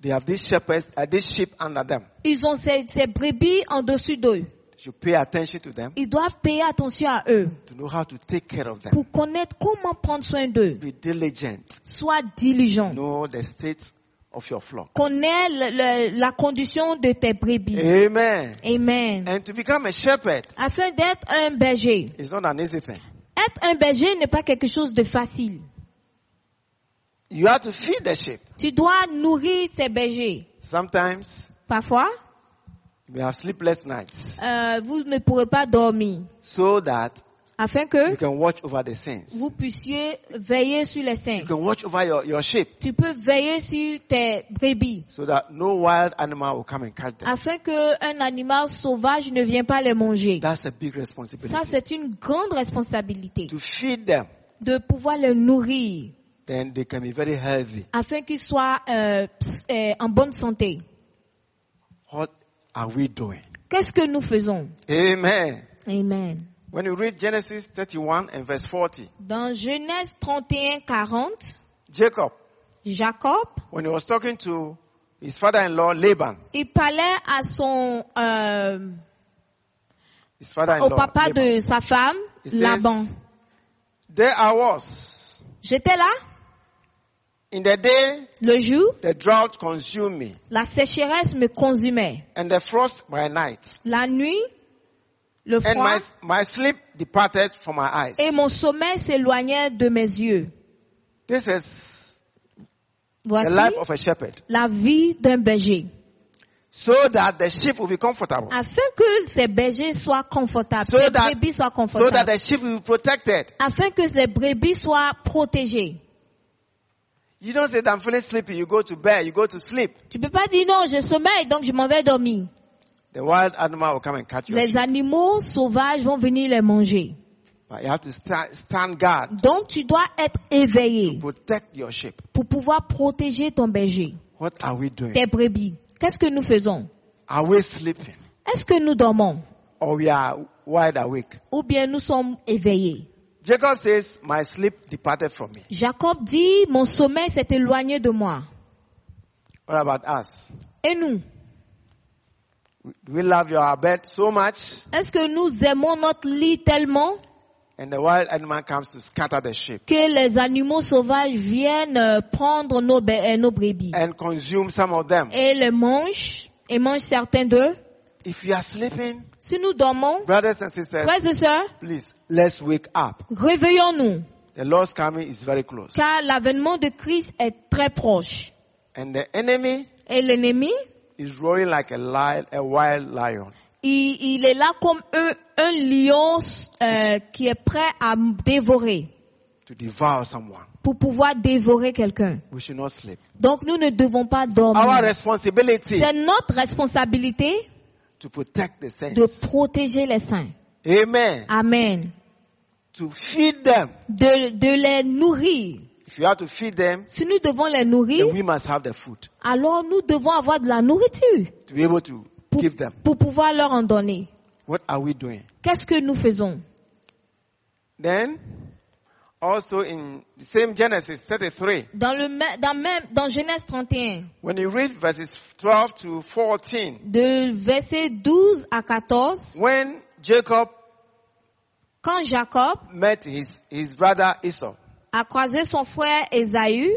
Speaker 1: they have these shepherds, uh, these sheep under them.
Speaker 2: ils ont ces, ces brebis en dessus d'eux.
Speaker 1: You pay attention to them
Speaker 2: Ils doivent payer attention à eux
Speaker 1: to know how to take care of them.
Speaker 2: pour connaître comment prendre soin d'eux.
Speaker 1: Be diligent.
Speaker 2: Sois diligent.
Speaker 1: Know the state of your flock.
Speaker 2: Connais le- le- la condition de tes brebis.
Speaker 1: Amen.
Speaker 2: Amen.
Speaker 1: And to become a shepherd
Speaker 2: Afin d'être un berger.
Speaker 1: is not an easy thing.
Speaker 2: Être un berger n'est pas quelque chose de facile.
Speaker 1: You have to feed the sheep.
Speaker 2: Tu dois nourrir ces bergers.
Speaker 1: Sometimes
Speaker 2: Parfois,
Speaker 1: you may have sleepless nights
Speaker 2: Euh, vous ne pourrez pas dormir,
Speaker 1: so that
Speaker 2: afin
Speaker 1: you
Speaker 2: que
Speaker 1: can watch over the saints.
Speaker 2: vous puissiez veiller sur les saints.
Speaker 1: You can watch over your, your sheep
Speaker 2: Tu peux veiller sur tes brebis,
Speaker 1: so that no wild animal will come and cut them.
Speaker 2: afin que un animal sauvage ne vienne pas les manger.
Speaker 1: That's a big
Speaker 2: Ça,
Speaker 1: responsibility.
Speaker 2: c'est une grande responsabilité
Speaker 1: To feed them,
Speaker 2: de pouvoir les nourrir,
Speaker 1: then they can be very healthy.
Speaker 2: afin qu'ils soient euh, ps- euh, en bonne santé.
Speaker 1: What are we doing?
Speaker 2: Qu'est-ce que nous faisons
Speaker 1: Amen.
Speaker 2: Amen.
Speaker 1: When you read Genesis 31 and verse 40,
Speaker 2: Dans Genèse 31, 40,
Speaker 1: Jacob,
Speaker 2: Jacob,
Speaker 1: when he was talking to his father-in-law Laban,
Speaker 2: il parlait à son euh,
Speaker 1: his
Speaker 2: au
Speaker 1: father-in-law,
Speaker 2: Oh, papa
Speaker 1: Laban,
Speaker 2: de sa femme,
Speaker 1: he says,
Speaker 2: Laban.
Speaker 1: there I was
Speaker 2: J'étais là
Speaker 1: in the day
Speaker 2: le jour,
Speaker 1: the drought consumed me
Speaker 2: la sécheresse me consumait.
Speaker 1: and the frost by night,
Speaker 2: La nuit, le
Speaker 1: and
Speaker 2: froid
Speaker 1: my my sleep departed from my eyes.
Speaker 2: et mon sommeil s'éloignaient de mes yeux.
Speaker 1: This is the
Speaker 2: Voici
Speaker 1: life of a shepherd,
Speaker 2: la vie d'un berger.
Speaker 1: so that the sheep will be comfortable,
Speaker 2: Afin que ces bergers soient confortables,
Speaker 1: So
Speaker 2: les
Speaker 1: that-
Speaker 2: brebis soient
Speaker 1: so that
Speaker 2: confortables,
Speaker 1: the sheep will be protected.
Speaker 2: afin que les brebis soient protégées.
Speaker 1: You don't say, that "I'm feeling sleepy." You go to bed. You go to sleep.
Speaker 2: Tu peux pas dire non, j'ai sommeil donc je m'en vais dormir.
Speaker 1: The wild animal will come and catch you.
Speaker 2: Les animaux sauvages vont venir les manger.
Speaker 1: But you have to stand, stand guard,
Speaker 2: Donc tu dois être éveillé
Speaker 1: protect your sheep.
Speaker 2: pour pouvoir protéger ton berger.
Speaker 1: What are we doing?
Speaker 2: tes brebis. Qu'est-ce que nous faisons
Speaker 1: Are we sleeping
Speaker 2: Est-ce que nous dormons
Speaker 1: or we are wide awake?
Speaker 2: ou bien nous sommes éveillés
Speaker 1: Jacob says, "My sleep departed from me."
Speaker 2: Jacob dit, mon sommeil s'est éloigné de moi.
Speaker 1: What about us?
Speaker 2: Et nous
Speaker 1: We love your bed so much,
Speaker 2: Est-ce que nous aimons notre lit tellement
Speaker 1: and the wild animal comes to scatter the sheep
Speaker 2: que les animaux sauvages viennent euh, prendre nos, bé- euh, nos brebis
Speaker 1: and consume some of them?
Speaker 2: et les mangent et mangent certains d'eux
Speaker 1: If you are sleeping,
Speaker 2: Si nous dormons,
Speaker 1: brothers and sisters,
Speaker 2: frères et sœurs,
Speaker 1: please, let's wake up.
Speaker 2: réveillons-nous
Speaker 1: The Lord's coming is very close.
Speaker 2: car l'avènement de Christ est très proche
Speaker 1: And the enemy
Speaker 2: et l'ennemi,
Speaker 1: is roaring like a, lion, a wild lion.
Speaker 2: il, il est là comme un, un lion euh, qui est prêt à dévorer
Speaker 1: to devour someone.
Speaker 2: pour pouvoir dévorer quelqu'un.
Speaker 1: We should not sleep.
Speaker 2: Donc nous ne devons pas dormir.
Speaker 1: Our responsibility
Speaker 2: C'est notre responsabilité
Speaker 1: to protect the
Speaker 2: de
Speaker 1: saints.
Speaker 2: protéger les saints.
Speaker 1: Amen.
Speaker 2: Amen.
Speaker 1: To feed them.
Speaker 2: De, de les nourrir.
Speaker 1: If you have to feed them,
Speaker 2: Si nous devons les
Speaker 1: then
Speaker 2: nourrir,
Speaker 1: we must have the food
Speaker 2: alors nous devons avoir de la nourriture
Speaker 1: to be able to
Speaker 2: pour,
Speaker 1: give them.
Speaker 2: pour pouvoir leur en donner.
Speaker 1: What are we doing?
Speaker 2: Qu'est-ce que nous faisons
Speaker 1: Then, also in the same Genesis 33,
Speaker 2: dans, le, mê- dans, même, dans Genèse 31,
Speaker 1: when you read verses 12 to 14,
Speaker 2: de verset 12 à 14,
Speaker 1: when Jacob
Speaker 2: quand Jacob
Speaker 1: met his, his brother Esau,
Speaker 2: a croisé son frère Ésaü,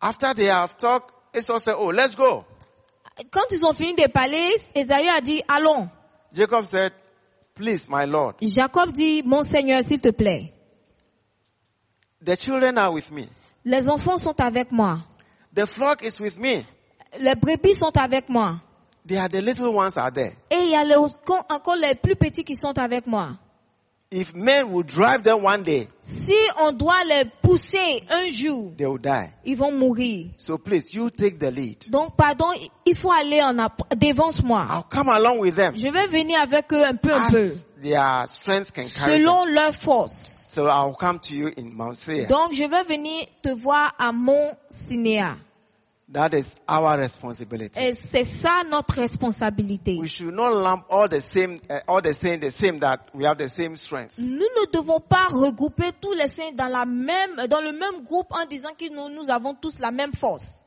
Speaker 1: after they have talked, Esau said, Oh, let's go.
Speaker 2: quand ils ont fini de parler, Ésaü a dit, allons.
Speaker 1: Jacob said, Please, my Lord,
Speaker 2: Jacob dit, mon Seigneur, s'il te plaît,
Speaker 1: the children are with me.
Speaker 2: les enfants sont avec moi,
Speaker 1: The flock is with me.
Speaker 2: les brebis sont avec moi,
Speaker 1: They are the little ones are there.
Speaker 2: et il y a les- encore encore les plus petits qui sont avec moi.
Speaker 1: If men will drive them one day,
Speaker 2: Si on doit les pousser un jour,
Speaker 1: they will die.
Speaker 2: ils vont mourir.
Speaker 1: So please, you take the lead.
Speaker 2: Donc, pardon, il faut aller en app- devance moi.
Speaker 1: I'll come along with them
Speaker 2: Je vais venir avec eux un peu,
Speaker 1: Ah,
Speaker 2: un peu,
Speaker 1: as their strength can carry them.
Speaker 2: selon leur force.
Speaker 1: So I'll come to you in Mount Seir.
Speaker 2: Donc, je vais venir te voir à Mont Sinéa.
Speaker 1: That is our responsibility.
Speaker 2: Et c'est ça notre responsabilité.
Speaker 1: We should not lump all the same, uh, all the same, the same that we have the same strength.
Speaker 2: Nous ne devons pas regrouper tous les saints dans la même, dans le même groupe en disant que nous, nous avons tous la même force.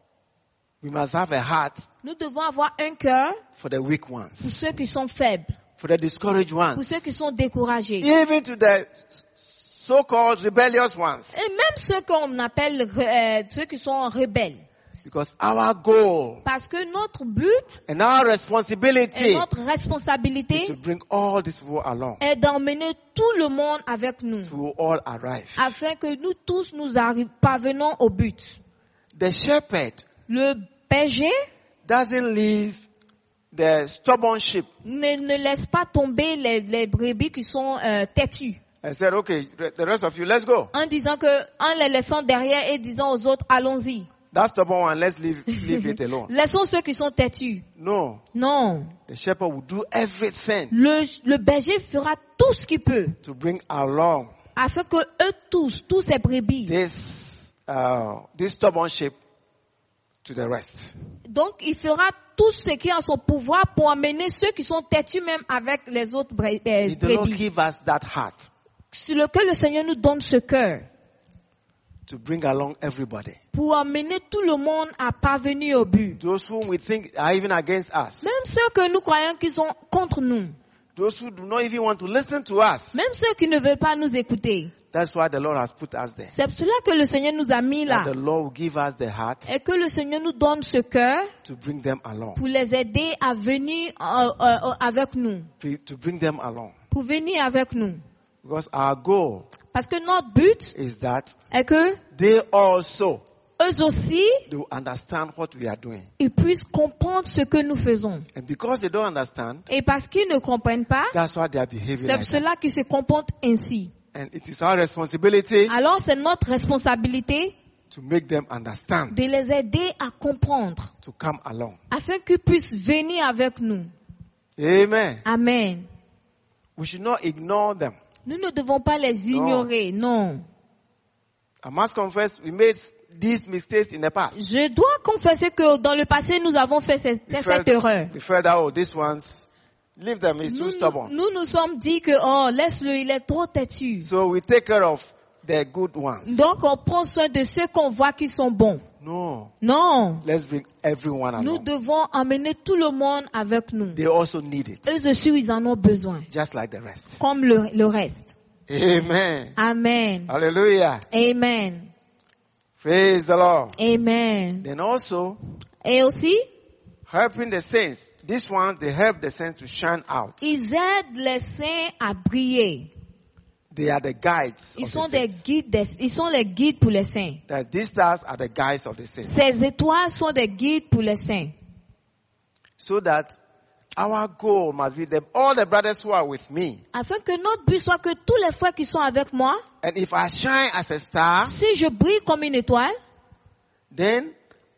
Speaker 1: We must have a heart
Speaker 2: Nous devons avoir un cœur
Speaker 1: for the weak
Speaker 2: pour
Speaker 1: ones,
Speaker 2: ceux qui sont faibles,
Speaker 1: for the discouraged
Speaker 2: pour
Speaker 1: ones,
Speaker 2: ceux qui sont découragés.
Speaker 1: even to the so-called rebellious ones.
Speaker 2: Et même ceux qu'on appelle euh, ceux qui sont rebelles.
Speaker 1: Because our goal
Speaker 2: Parce que notre but
Speaker 1: And our
Speaker 2: et
Speaker 1: responsibility
Speaker 2: notre responsabilité
Speaker 1: is to bring all these people along.
Speaker 2: est d'emmener tout le monde avec nous
Speaker 1: We will all arrive.
Speaker 2: afin que nous tous nous arri- parvenons au but.
Speaker 1: The shepherd
Speaker 2: Le berger
Speaker 1: doesn't leave the stubborn sheep
Speaker 2: ne, ne laisse pas tomber les, les brebis qui sont euh, têtues
Speaker 1: and said, okay, re- the rest of you, let's go.
Speaker 2: en disant que en les laissant derrière et disant aux autres allons-y.
Speaker 1: That stubborn one, let's leave, leave it alone.
Speaker 2: Laissons ceux qui sont têtus.
Speaker 1: No,
Speaker 2: Non,
Speaker 1: the shepherd will do everything
Speaker 2: le, le berger fera tout ce qu'il peut
Speaker 1: to bring along
Speaker 2: afin que eux tous, tous ces brebis
Speaker 1: this, uh, this stubborn sheep to the rest.
Speaker 2: Donc, il fera tout ce qui est en son pouvoir pour amener ceux qui sont têtus même avec les autres bre- euh,
Speaker 1: Did the Lord
Speaker 2: brebis.
Speaker 1: give us that heart
Speaker 2: Sur lequel le Seigneur nous donne ce cœur
Speaker 1: to bring along everybody?
Speaker 2: pour amener tout le monde à parvenir au but.
Speaker 1: Those whom we think are even against us.
Speaker 2: Même ceux que nous croyons qu'ils sont contre nous.
Speaker 1: Those who do not even want to listen to us.
Speaker 2: Même ceux qui ne veulent pas nous écouter.
Speaker 1: That's why the Lord has put us there.
Speaker 2: C'est pour cela que le Seigneur nous a mis là.
Speaker 1: That the Lord will give us the heart
Speaker 2: Et que le Seigneur nous donne ce cœur
Speaker 1: to bring them along.
Speaker 2: pour les aider à venir euh, euh, euh, avec nous.
Speaker 1: To to bring them along.
Speaker 2: Pour venir avec nous.
Speaker 1: Because our goal
Speaker 2: Parce que notre but
Speaker 1: is that
Speaker 2: est que
Speaker 1: they also
Speaker 2: eux aussi
Speaker 1: they will understand what we are doing.
Speaker 2: ils puissent comprendre ce que nous faisons.
Speaker 1: And because they don't understand,
Speaker 2: Et parce qu'ils ne comprennent pas,
Speaker 1: that's why they are behaving
Speaker 2: c'est
Speaker 1: like
Speaker 2: pour
Speaker 1: that.
Speaker 2: cela qu'ils se comportent ainsi.
Speaker 1: And it is our responsibility
Speaker 2: Alors c'est notre responsabilité
Speaker 1: to make them understand,
Speaker 2: de les aider à comprendre
Speaker 1: to come along.
Speaker 2: afin qu'ils puissent venir avec nous.
Speaker 1: Amen.
Speaker 2: Amen.
Speaker 1: We should not ignore them.
Speaker 2: Nous ne devons pas les
Speaker 1: Non.
Speaker 2: ignorer, non.
Speaker 1: I must confess, we made these mistakes in the past.
Speaker 2: Je dois confesser que dans le passé, nous avons fait cette,
Speaker 1: We
Speaker 2: cette erreur.
Speaker 1: we felt that, oh, these ones, leave them, it's
Speaker 2: Nous
Speaker 1: too
Speaker 2: nous,
Speaker 1: stubborn.
Speaker 2: nous nous sommes dit que, oh, laisse-le, il est trop têtu.
Speaker 1: So we take care of the good ones.
Speaker 2: Donc on prend soin de ceux qu'on voit qui sont bons.
Speaker 1: No.
Speaker 2: Non,
Speaker 1: Let's bring everyone
Speaker 2: nous
Speaker 1: along.
Speaker 2: devons emmener tout le monde avec nous.
Speaker 1: They also need it,
Speaker 2: Eux aussi, ils en ont besoin,
Speaker 1: just like the rest.
Speaker 2: comme le, le reste.
Speaker 1: Amen.
Speaker 2: Amen.
Speaker 1: Hallelujah.
Speaker 2: Amen.
Speaker 1: Praise the Lord.
Speaker 2: Amen.
Speaker 1: Then also,
Speaker 2: Et aussi,
Speaker 1: helping the saints. This one, they help the saints to shine out.
Speaker 2: ils aident les saints à briller.
Speaker 1: They are the guides
Speaker 2: Ils
Speaker 1: of the
Speaker 2: sont des
Speaker 1: saints.
Speaker 2: guides, des- ils sont les guides pour les saints.
Speaker 1: That these stars are the guides of the saints.
Speaker 2: Ces étoiles sont des guides pour les saints.
Speaker 1: So that our goal must be them, all the brothers who are with me.
Speaker 2: Afin que notre but soit que tous les frères qui sont avec moi,
Speaker 1: And if I shine as a star,
Speaker 2: si je brille comme une étoile,
Speaker 1: then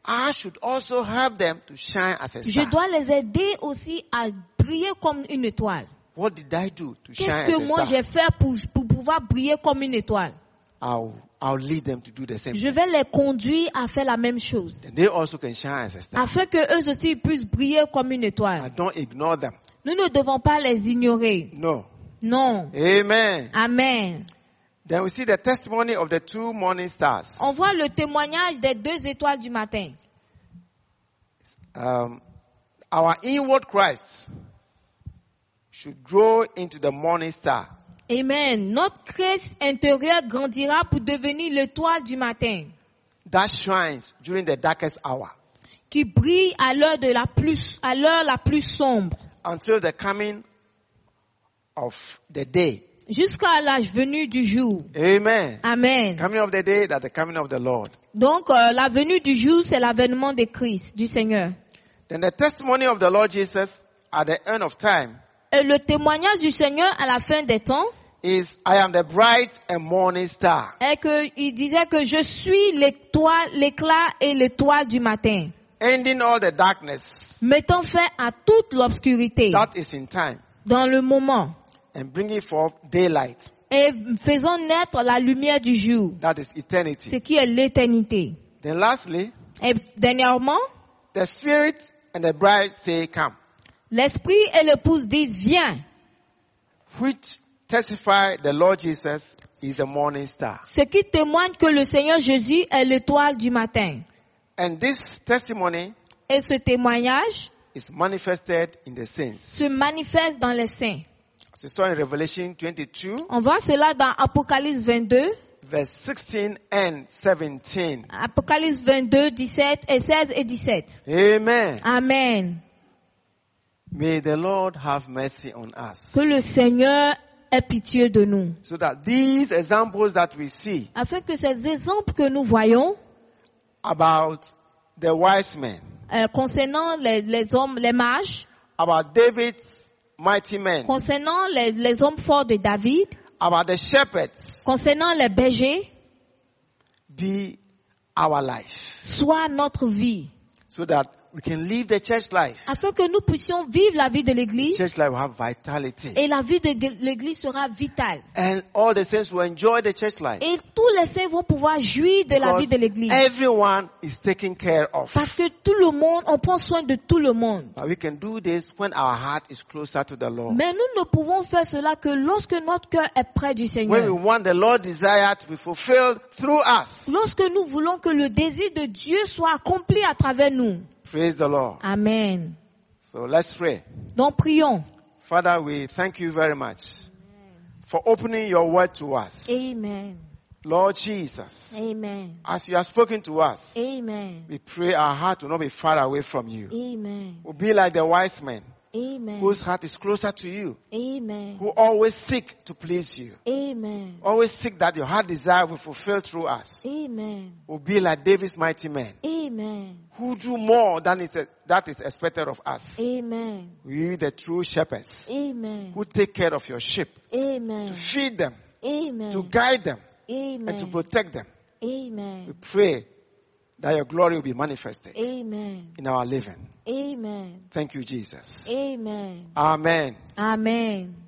Speaker 1: I should also help them to shine as a star.
Speaker 2: je dois les aider aussi à briller comme une étoile.
Speaker 1: What did I do to shine
Speaker 2: Qu'est-ce
Speaker 1: as
Speaker 2: que
Speaker 1: a
Speaker 2: moi
Speaker 1: star?
Speaker 2: j'ai fait pour, pour pouvoir briller comme une étoile
Speaker 1: I'll, I'll lead them to do the same.
Speaker 2: Je vais les conduire à faire la même chose.
Speaker 1: Then they also can shine as a star.
Speaker 2: Afin que eux aussi puissent briller comme une
Speaker 1: I
Speaker 2: étoile.
Speaker 1: don't ignore them.
Speaker 2: Nous ne devons pas les ignorer.
Speaker 1: No.
Speaker 2: Non.
Speaker 1: Amen.
Speaker 2: Amen.
Speaker 1: Then we see the testimony of the two morning stars.
Speaker 2: On voit le témoignage des deux étoiles du matin.
Speaker 1: Um, our inward Christ should grow into the morning star.
Speaker 2: Amen. Notre Christ intérieur grandira pour devenir l'étoile du matin
Speaker 1: that shines during the darkest hour
Speaker 2: qui brille à l'heure de la plus, à l'heure la plus sombre
Speaker 1: until the coming of the day.
Speaker 2: jusqu'à l'âge venu du jour.
Speaker 1: Amen.
Speaker 2: Amen.
Speaker 1: Coming of the day, that the coming of the Lord.
Speaker 2: Donc, euh, la venue du jour, c'est l'avènement de Christ, du Seigneur.
Speaker 1: Then the testimony of the Lord Jesus at the end of time
Speaker 2: Et le témoignage du Seigneur à la fin des temps
Speaker 1: is, I am the bright and morning star.
Speaker 2: est que il disait que je suis l'étoile, l'éclat et l'étoile du matin,
Speaker 1: Ending all the darkness
Speaker 2: mettant fin à toute l'obscurité
Speaker 1: that is in time
Speaker 2: dans le moment
Speaker 1: and bringing forth daylight
Speaker 2: et faisant naître la lumière du jour,
Speaker 1: that is
Speaker 2: ce
Speaker 1: eternity.
Speaker 2: qui est l'éternité.
Speaker 1: Then lastly,
Speaker 2: Et dernièrement,
Speaker 1: the spirit and the bride say, come,
Speaker 2: l'esprit et l'épouse disent viens,
Speaker 1: which testify the Lord Jesus is the morning star.
Speaker 2: ce qui témoigne que le Seigneur Jésus est l'étoile du matin.
Speaker 1: And this testimony
Speaker 2: Et ce témoignage
Speaker 1: is manifested in the saints.
Speaker 2: se manifeste dans les saints.
Speaker 1: As we saw in Revelation 22,
Speaker 2: On voit cela dans Apocalypse 22,
Speaker 1: verse 16 and 17.
Speaker 2: Apocalypse 22, 17 et 16 et 17.
Speaker 1: Amen.
Speaker 2: Amen.
Speaker 1: May the Lord have mercy on us.
Speaker 2: Que le Seigneur ait pitié de nous.
Speaker 1: So that these examples that we see
Speaker 2: Afin que ces exemples que nous voyons
Speaker 1: about the wise men,
Speaker 2: euh, concernant les, les hommes, les mages,
Speaker 1: about David's mighty men,
Speaker 2: concernant les, les hommes forts de David,
Speaker 1: about the shepherds
Speaker 2: concernant les bergers,
Speaker 1: be our life.
Speaker 2: soit notre vie.
Speaker 1: So that we can live the church life.
Speaker 2: Afin que nous puissions vivre la vie de l'Église
Speaker 1: Church life will have vitality.
Speaker 2: et la vie de l'Église sera vitale.
Speaker 1: And all the saints will enjoy the church life.
Speaker 2: Et tous les saints vont pouvoir jouir de la vie
Speaker 1: Because
Speaker 2: de l'Église.
Speaker 1: Everyone is taken care of.
Speaker 2: Parce que tout le monde, on prend soin de tout le monde.
Speaker 1: But we can do this when our heart is closer to the Lord.
Speaker 2: Mais nous ne pouvons faire cela que lorsque notre cœur est près du
Speaker 1: When we
Speaker 2: Seigneur.
Speaker 1: want the Lord's desire to be fulfilled through us.
Speaker 2: Lorsque nous voulons que le désir de Dieu soit accompli à travers nous.
Speaker 1: Praise the Lord.
Speaker 2: Amen.
Speaker 1: So let's pray.
Speaker 2: Donc prions.
Speaker 1: Father, we thank you very much for opening your word to us.
Speaker 2: Amen.
Speaker 1: Lord Jesus,
Speaker 2: Amen.
Speaker 1: as you have spoken to us,
Speaker 2: Amen.
Speaker 1: we pray our heart will not be far away from you.
Speaker 2: Amen.
Speaker 1: We'll be like the wise men
Speaker 2: Amen.
Speaker 1: whose heart is closer to you,
Speaker 2: Amen.
Speaker 1: who always seek to please you.
Speaker 2: Amen.
Speaker 1: Always seek that your heart desire will fulfill through us.
Speaker 2: Amen.
Speaker 1: We'll be like David's mighty men.
Speaker 2: Amen.
Speaker 1: who do more than is, that is expected of us.
Speaker 2: Amen.
Speaker 1: We, the true shepherds,
Speaker 2: Amen.
Speaker 1: who take care of your sheep,
Speaker 2: Amen.
Speaker 1: to feed them, to
Speaker 2: Amen.
Speaker 1: guide them, and to
Speaker 2: Amen.
Speaker 1: protect them. We
Speaker 2: Amen.
Speaker 1: pray that your glory will be manifested
Speaker 2: Amen.
Speaker 1: in our living.
Speaker 2: Amen.
Speaker 1: Thank you, Jesus.
Speaker 2: Amen.
Speaker 1: Amen.
Speaker 2: Amen.